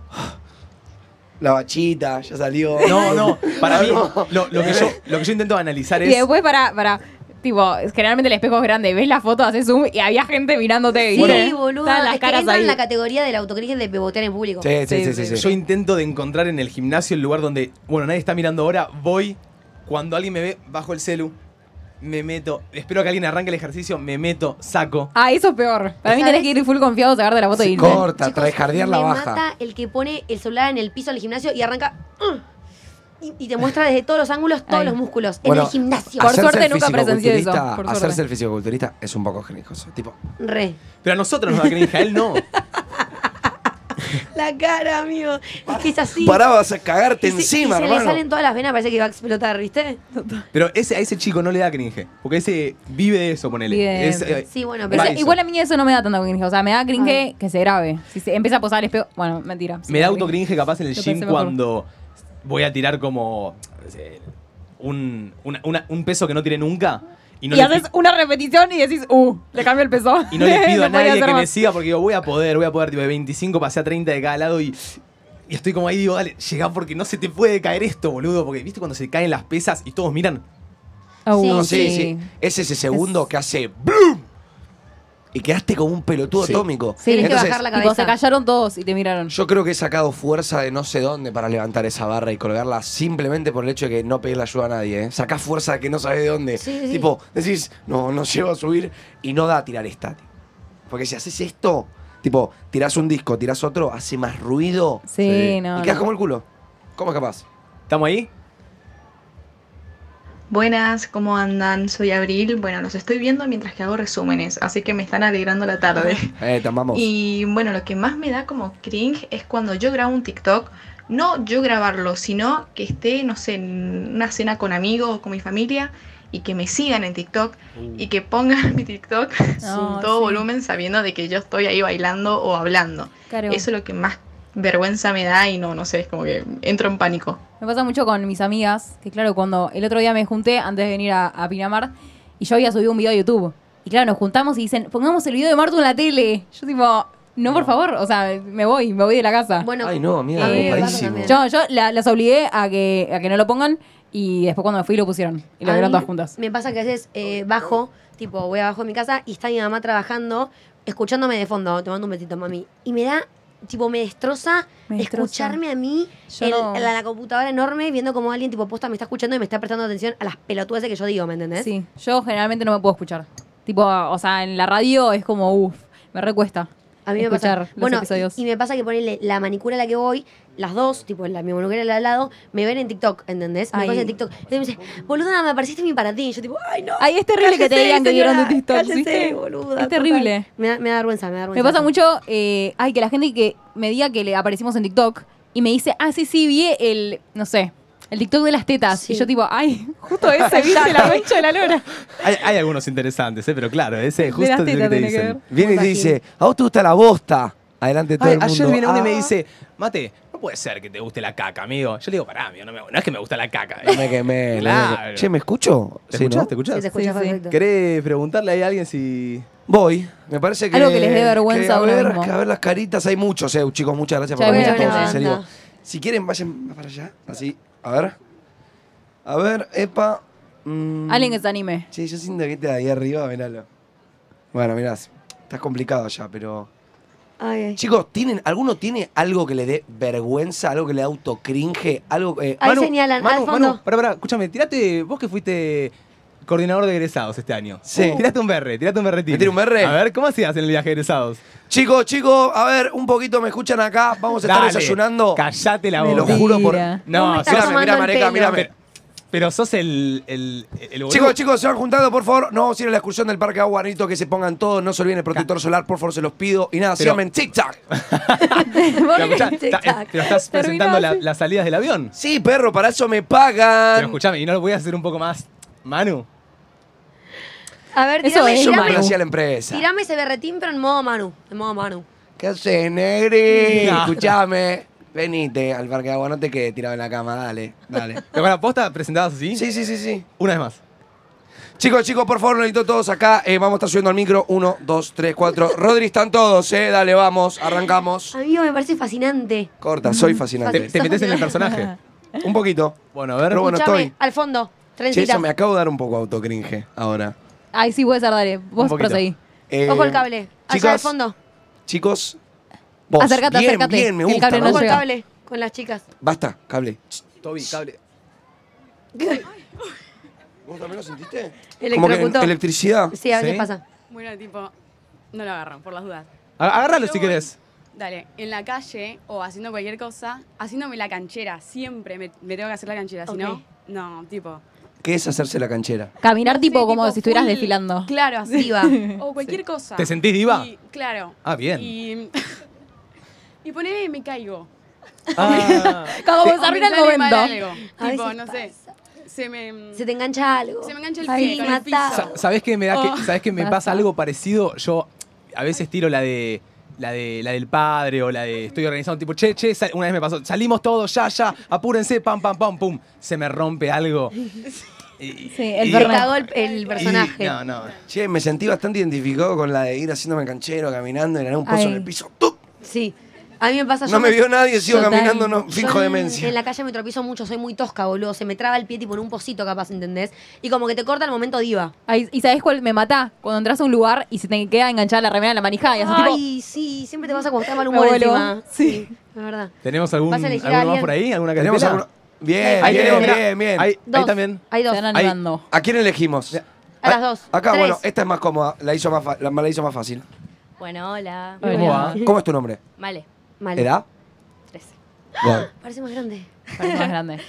A: La bachita, ya salió.
B: No, no, para mí,
A: No.
B: lo, lo que yo, lo que yo intento analizar
C: Y
B: es.
C: después para, para, tipo, generalmente el espejo es grande, ves la foto, haces zoom y había gente mirándote.
D: Sí,
C: ¿viste?
D: boludo.
C: Estaban las
D: es que
C: caras
D: entra
C: ahí.
D: en la categoría del autocrítica de bebotear en público.
A: Sí, sí, sí,
C: Sí,
A: sí,
C: sí.
A: sí.
B: Yo intento de encontrar en el gimnasio el lugar donde, bueno, nadie está mirando ahora, voy, cuando alguien me ve, bajo el celu, me meto, espero que alguien arranque el ejercicio, me meto, saco.
C: Ah, eso es peor. Para mí tenés
D: ¿Sabes?
C: que ir full confiado, sacar de la foto y
A: Sí,
C: irte.
A: corta,
D: Chicos,
A: trajardear la
D: me
A: baja.
D: mata el que pone el celular en el piso del gimnasio y arranca. "Mm", Y, y te muestra desde todos los ángulos todos
C: Ay.
D: los músculos.
A: Bueno,
D: en el gimnasio.
C: Por
A: hacerse
C: suerte
A: el
C: nunca presencié eso,
A: fisicoculturista-
C: por suerte.
A: Hacerse el fisicoculturista es un poco genijoso. Tipo,
D: Re.
B: Pero a nosotros nos da cringe, a él no.
D: La cara, amigo. Es que es así.
A: pará, vas a cagarte
D: Y se-
A: encima,
D: y se le
A: hermano.
D: salen todas las venas, parece que va a explotar, ¿viste?
B: Pero ese, a ese chico no le da cringe, porque ese vive de eso,
C: Vive
B: ponele.
C: de
B: Es,
C: eso.
B: eh,
D: Sí, bueno,
C: Pero
D: pero.
B: Bison.
C: igual a mí eso no me da tanto cringe. O sea, me da cringe
D: Ay.
C: que se grabe. Si se empieza a posar el espejo. Bueno, mentira. sí,
B: me da
C: cringe.
B: autocringe capaz en el
C: Lo
B: gym
C: pensé mejor.
B: cuando voy a tirar como eh, un, una- una- un peso que no tiré nunca. Y, no
C: y
B: le
C: haces una repetición y decís, uh, le cambio el peso.
B: Y no le pido a
C: podía
B: nadie
C: hacer
B: que me
C: más.
B: siga porque digo, voy a poder, voy a poder. Tipo, de 25 pasé a 30 de cada lado y, y estoy como ahí, digo, dale, llegá porque no se te puede caer esto, boludo. Porque viste cuando se caen las pesas y todos miran.
D: Oh,
C: Uh,
A: No, sí,
C: sí.
A: sí. Es ese segundo que hace ¡bloom! Y quedaste como un pelotudo
B: Sí.
A: atómico.
C: Sí. Tenés que
A: Entonces,
D: bajar la
C: Tipo,
D: cabeza.
C: se callaron todos y te miraron.
A: Yo creo que he sacado fuerza de no sé dónde para levantar esa barra y colgarla simplemente por el hecho de que no pedirle ayuda a nadie. ¿eh? Sacás fuerza que no sabés de dónde.
D: Sí, sí.
A: Tipo, decís, no, no llevo a subir y no da a tirar esta. Porque si haces esto, tipo, tirás un disco, tirás otro, hace más ruido
C: Sí,
B: Sí.
C: no.
A: y quedas
C: no.
A: como el culo. ¿Cómo capaz?
B: ¿Estamos ahí?
H: Buenas, ¿cómo andan? Soy Abril. Bueno, los estoy viendo mientras que hago resúmenes, así que me están alegrando la tarde.
A: Eh, te amamos.
H: Y bueno, lo que más me da como cringe es cuando yo grabo un TikTok. No yo grabarlo, sino que esté, no sé, en una cena con amigos o con mi familia y que me sigan en TikTok y que pongan mi TikTok
C: No,
H: a todo
C: sí.
H: volumen sabiendo de que yo estoy ahí bailando o hablando.
C: Claro.
H: Eso es lo que más vergüenza me da y no, no sé, es como que entro en pánico.
C: Me pasa mucho con mis amigas, que claro, cuando el otro día me junté antes de venir a, a Pinamar y yo había subido un video a YouTube. Y claro, nos juntamos y dicen, pongamos el video de Martu en la tele. Yo tipo, no, por favor, o sea, me voy, me voy de la casa.
D: Bueno,
A: Ay, no,
C: Ah,
A: amiga,
D: eh,
A: copadísimo.
D: Bardo también.
C: yo yo la- las obligué a que, a que no lo pongan y después cuando me fui lo pusieron. Y lo
D: a
C: vieron
D: mí
C: todas juntas.
D: Me pasa que a veces eh, bajo, tipo, voy abajo de mi casa y está mi mamá trabajando, escuchándome de fondo, te mando un besito, mami. Y me da, tipo, me destroza,
C: Me destroza.
D: escucharme a mí
C: Yo
D: en,
C: no-
D: en la, computadora enorme, viendo como alguien, tipo, posta, me está escuchando y me está prestando atención a las pelotudas que yo digo, ¿me entendés?
C: Sí, yo generalmente no me puedo escuchar. Tipo, o sea, en la radio es como, uff, me recuesta.
D: A mí me
C: escuchar
D: pasa.
C: los
D: bueno,
C: episodios.
D: y, y me pasa que ponerle la manicura a la que voy, las dos, tipo la mi manicura y la de al lado, me ven en TikTok, ¿entendés? Me
C: Ay.
D: aparecen en TikTok. Y me dice, boluda, me apareciste en mi para ti. Y yo tipo, ay no.
C: Ay, es terrible que te
D: cállese,
C: digan que
D: señora,
C: vieron de TikTok.
D: cállese,
C: ¿viste?
D: boluda,
C: es terrible.
D: total. Me da, me da vergüenza, me da vergüenza.
C: Me pasa mucho, eh, ay, que la gente que me diga que le aparecimos en TikTok y me dice, ah, sí, sí, vi el, no sé, el TikTok de las tetas.
D: Sí.
C: Y yo tipo, ay, justo ese, viste la concha de la lora.
B: Hay, hay algunos interesantes, ¿eh? pero claro, ese justo es
C: las
B: lo que
C: tetas
B: te
C: tiene que
B: dicen.
A: Viene y te
C: Imagino.
A: dice, ¿a vos te gusta la bosta? Adelante todo
B: Ay,
A: el mundo.
B: ayer viene uno y me
A: Ah,
B: dice, Mate, no puede ser que te guste la caca, amigo. Yo le digo, pará, amigo, no, me- no es que me gusta la caca.
A: No me quemé. no me
B: Claro.
A: quemé. Che, ¿me escucho?
B: ¿Te
A: Sí,
B: escuchás?
A: ¿no?
B: ¿Te
D: Sí,
B: escuchás?
D: se
C: Sí,
D: escucha
C: sí.
D: perfecto.
B: ¿Querés preguntarle ahí a alguien si
A: Voy. Me parece que.
C: Algo que les dé vergüenza
A: que a
C: a uno
A: ver,
C: mismo.
A: que a ver las caritas, hay muchos, eh, chicos. Muchas gracias por
C: Ya,
A: venir
C: buena
A: todos, en
D: onda.
A: serio. Si quieren, vayan más para allá. Así, a ver. A ver, epa. mm.
C: Alguien que se anime.
A: Che, yo siento que está ahí arriba, miralo. Bueno, mirás. Estás complicado ya, pero.
D: Ay, ay.
A: Chicos, ¿tienen, ¿alguno tiene algo que le dé vergüenza, algo que le autocringe? Algo, eh,
D: Ahí señalan,
B: Manu,
D: al fondo.
B: Manu, pará, pará, escúchame, tirate, vos que fuiste coordinador de egresados este año.
A: Sí.
B: Tirate un berre, tirate un berretín.
A: ¿Me tiro un berre?
B: A ver, ¿cómo hacías en el viaje de egresados?
A: Chicos, chicos, a ver, un poquito me escuchan acá. Vamos a estar
B: Dale,
A: desayunando.
B: Callate la
A: Me lo
B: boca.
A: juro por.
C: Mentira.
D: Vos me
B: No,
D: estás
B: sos-
A: Mírame,
D: tomando
A: mira,
D: el
A: Mareca,
D: pelo.
A: mírame.
B: pero, pero sos el, el, el boludo.
A: Chicos, chicos, se van juntando, por favor. No vamos a ir a la excursión del Parque Aguanito, que se pongan todos. No se olviden el protector solar, por favor, se los pido. Y nada,
B: Pero-
A: síganme en TikTok.
B: Pero, escuchá, está-
D: Tic-tac.
B: pero estás
C: Terminó
B: presentando la-
C: así.
B: las salidas del avión.
A: Sí, perro, para eso me pagan.
B: Pero escuchame, y no lo voy a hacer un poco más. Manu,
D: A ver,
C: Eso
D: tirame,
C: es,
A: Yo me
D: tirame,
C: Manu.
A: hacía la empresa.
D: tirame ese berretín, pero en modo Manu. En modo Manu.
A: ¿Qué haces, negri?
B: No.
A: Escuchame. Venite al Parque Agua, no te quedes tirado en la cama, dale, dale.
B: ¿te acuerdas posta presentabas así?
A: Sí, sí, sí, sí.
B: Una vez más.
A: Chicos, chicos, por favor, lo necesito todos acá. Eh, vamos a estar subiendo al micro. Uno, dos, tres, cuatro. Rodri, están todos, eh. Dale, vamos, arrancamos.
D: Amigo, me parece fascinante.
A: Corta, soy
C: Ah,
B: Te,
A: fascinante.
B: te metes en el personaje.
A: Un poquito.
B: Bueno, a ver.
A: Pero bueno,
D: Escuchame,
A: estoy.
D: al fondo.
A: Che,
D: Trencitas.
A: eso me acabo de dar un poco autocringe ahora.
C: Ay, sí, puede ser, dale. Vos
B: poquito.
C: proseguí.
A: Eh,
D: Ojo el cable. Allá
A: chicos,
D: al fondo.
A: Chicos, vos.
C: Acércate,
A: bien,
C: acércate.
A: bien, me
C: El
A: gusta.
C: cable
A: me
C: no
D: Ojo
A: gusta.
D: el
C: llega.
D: cable. Con las chicas.
A: Basta, cable.
B: Toby, cable.
A: ¿Vos también lo sentiste? Como que
D: Electrocutó.
A: electricidad.
D: Sí, a veces
B: Sí.
D: pasa.
I: Bueno, tipo, no lo agarran, por las dudas.
B: Agárralo si
I: Yo voy-
B: querés.
I: Dale, en la calle o haciendo cualquier cosa, haciéndome la canchera, siempre me, me tengo que hacer la canchera, si no,
D: Ok.
I: no, tipo.
A: ¿Qué es hacerse la canchera?
C: Caminar
I: no sé,
C: tipo como si estuvieras
I: full-
C: desfilando.
I: Claro, así
D: Diva.
I: O cualquier cosa.
B: ¿Te sentís diva?
I: Y- claro.
B: Ah, bien.
I: Y, y ponele me caigo.
B: Ah.
C: Como
I: O
C: se arruina el
I: me sale mal
C: momento.
I: algo.
D: A
I: Tipo,
D: veces
I: no sé. Se me,
D: Se te engancha algo.
I: se me engancha el pie
D: Ay,
I: con el piso.
D: matá.
B: Sa- ¿Sabés qué me da
I: Oh.
B: que, ¿sabés qué me pasa
C: Pasa.
B: algo parecido? Yo a veces tiro la de la de la del padre o la de estoy organizando tipo, che, che, sal- una vez me pasó, salimos todos, ya, ya, apúrense, pam, pam, pam, pum. Se me rompe algo. Y-
C: Sí, el
B: y-
D: Te
C: Fernet.
D: cagó el, el
B: y-
D: personaje.
B: no, no.
A: Che, me sentí bastante identificado con la de ir haciéndome canchero, caminando, y gané un pozo en
C: Ay.
A: el piso. ¡Tup!
D: Sí. A mí me pasa.
A: No me vio nadie, sigo
C: Total.
A: caminando, no,
D: yo
A: finjo
D: en-
A: demencia.
D: En la calle me tropizo mucho, soy muy tosca, boludo. Se me traba el pie tipo en un pocito, capaz, ¿entendés? Y como que te corta el momento diva.
C: Ay, ¿Y sabés cuál me mata? Cuando entras a un lugar y se te queda enganchada la remera en la manijada y haces tipo.
D: Ay, sí, siempre te pasa cuando estás mal
C: Me
D: humor
C: vuelvo.
D: encima.
C: Sí.
D: La verdad.
B: ¿Tenemos algún,
D: ¿Vas a elegir
B: alguno
D: a
B: más
D: alguien?
B: por ahí? ¿Alguna que
A: Tenemos alguno- Bien,
D: Ahí
A: bien,
D: tenemos,
A: bien,
D: mirá.
A: bien,
B: Ahí, ahí
D: Dos.
B: también.
D: Hay dos.
C: Están animando.
A: ¿A quién elegimos?
D: A las dos.
A: Acá,
D: Tres.
A: bueno, esta es más cómoda, la hizo más, fa- la, la hizo más fácil.
D: Bueno, hola.
C: Hola.
B: ¿Cómo va?
A: ¿Cómo es tu nombre?
D: Vale. Vale.
A: ¿Edad?
J: Trece.
A: Bueno.
D: Parece más grande.
C: Parece más grande.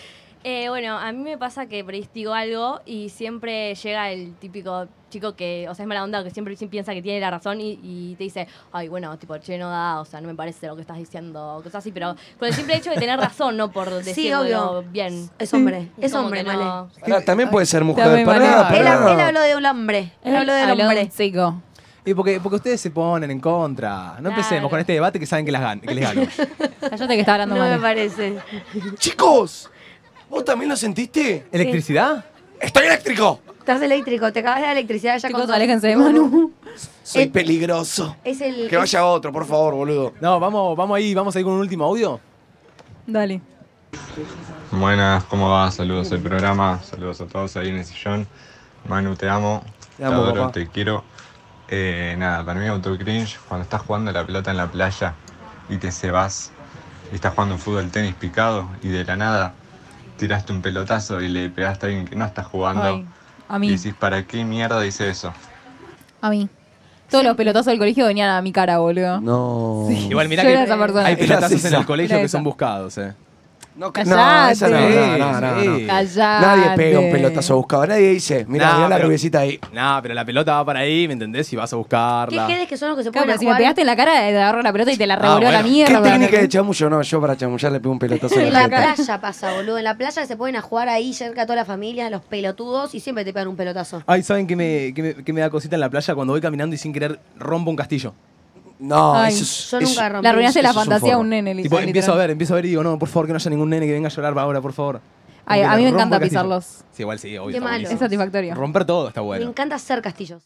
J: Eh, bueno, a mí me pasa que predigo algo y siempre llega el típico chico que, o sea, es mala onda, que siempre piensa que tiene la razón y, y te dice, ay, bueno, tipo, che, no da, o sea, no me parece lo que estás diciendo, o cosas así, pero con el simple hecho de tener razón, no por decirlo
D: obvio.
J: bien.
D: Es hombre. Es
J: Como
D: hombre,
J: que
D: Vale.
J: no.
A: Pará, también puede ser
C: Dame
A: mujer.
C: manera.
A: Pará,
D: Él,
A: pará.
D: él habló de un hombre. Él habló del
C: Habló de
D: hombre.
C: un chico.
B: Y porque, porque ustedes se ponen en contra. No empecemos
J: Claro.
B: con este debate que saben que, las gan- que les gano.
C: Cállate que está hablando
D: No me
C: mal.
D: parece.
A: Chicos, ¿vos también lo sentiste?
B: ¿Electricidad?
A: ¡Estoy eléctrico!
D: Estás eléctrico, te acabas la electricidad ya
C: Chicos,
D: con-
C: aléjense de Manu.
A: Soy
D: Eh,
A: peligroso.
D: Es el.
A: Que vaya otro, por favor, boludo.
B: No, vamos, vamos ahí, vamos ahí con un último audio.
C: Dale.
E: Buenas, ¿cómo va? Saludos al programa, saludos a todos ahí en el sillón. Manu, te amo,
A: Te amo,
E: adoro,
A: papá.
E: te quiero. Eh, nada, para mí autocringe cuando estás jugando a la pelota en la playa y te se vas y estás jugando fútbol tenis picado y de la nada tiraste un pelotazo y le pegaste a alguien que no está jugando
C: Ay, a
E: y
C: mí.
E: decís, ¿para qué mierda hice eso?
C: A mí. Todos los pelotazos del colegio venían a mi cara, boludo.
A: No.
B: Igual mirá
C: Yo
B: que
C: era esa persona.
B: hay
A: Era
B: pelotazos en
A: esa.
B: el colegio
C: Era
B: que
C: esa.
B: son buscados, eh.
A: No,
C: Callate.
A: no, esa no, no, no, no,
B: Sí,
A: no.
B: sí.
C: Callate.
A: Nadie pega un pelotazo buscado, nadie dice, mira,
B: No,
A: mirá la
B: pero-
A: rubiecita ahí.
B: No, pero la pelota va para ahí, ¿me entendés? Y vas a
D: ¿Qué
B: buscarla.
D: jedes que son los que se
C: Claro,
D: pueden
C: pero si me pegaste en la cara, te agarro la pelota y te la revolvió a la
B: Ah, bueno.
A: ¿Qué
C: mierda.
A: técnica de chamullo? No, yo para chamullar le pego un pelotazo en
D: En la
A: la jeta.
D: playa pasa, boludo. En la playa se pueden a jugar ahí cerca a toda la familia, los pelotudos, y siempre te pegan un pelotazo.
B: Ay, ¿saben qué me, qué me- qué me da cosita en la playa cuando voy caminando y sin querer rompo un castillo?
A: No,
C: Ay,
A: eso es.
D: yo
A: eso-
D: nunca rompí.
C: La arruinaste la
A: Eso es un
C: fantasía a
A: forro.
C: un nene,
B: Tipo,
C: literal.
B: empiezo a ver, empiezo a ver y digo, no, por favor, que no haya ningún nene que venga a llorar ahora, por favor.
C: Ay,
B: Como
C: a
B: que
C: mí me
B: rompo
C: encanta
B: el castillo.
C: pisarlos.
B: Sí, igual sí, obvio.
D: Qué
B: está
D: malo.
C: Es
B: buenísimo.
C: satisfactorio.
B: Romper todo está
D: Me
B: bueno.
D: encanta hacer castillos.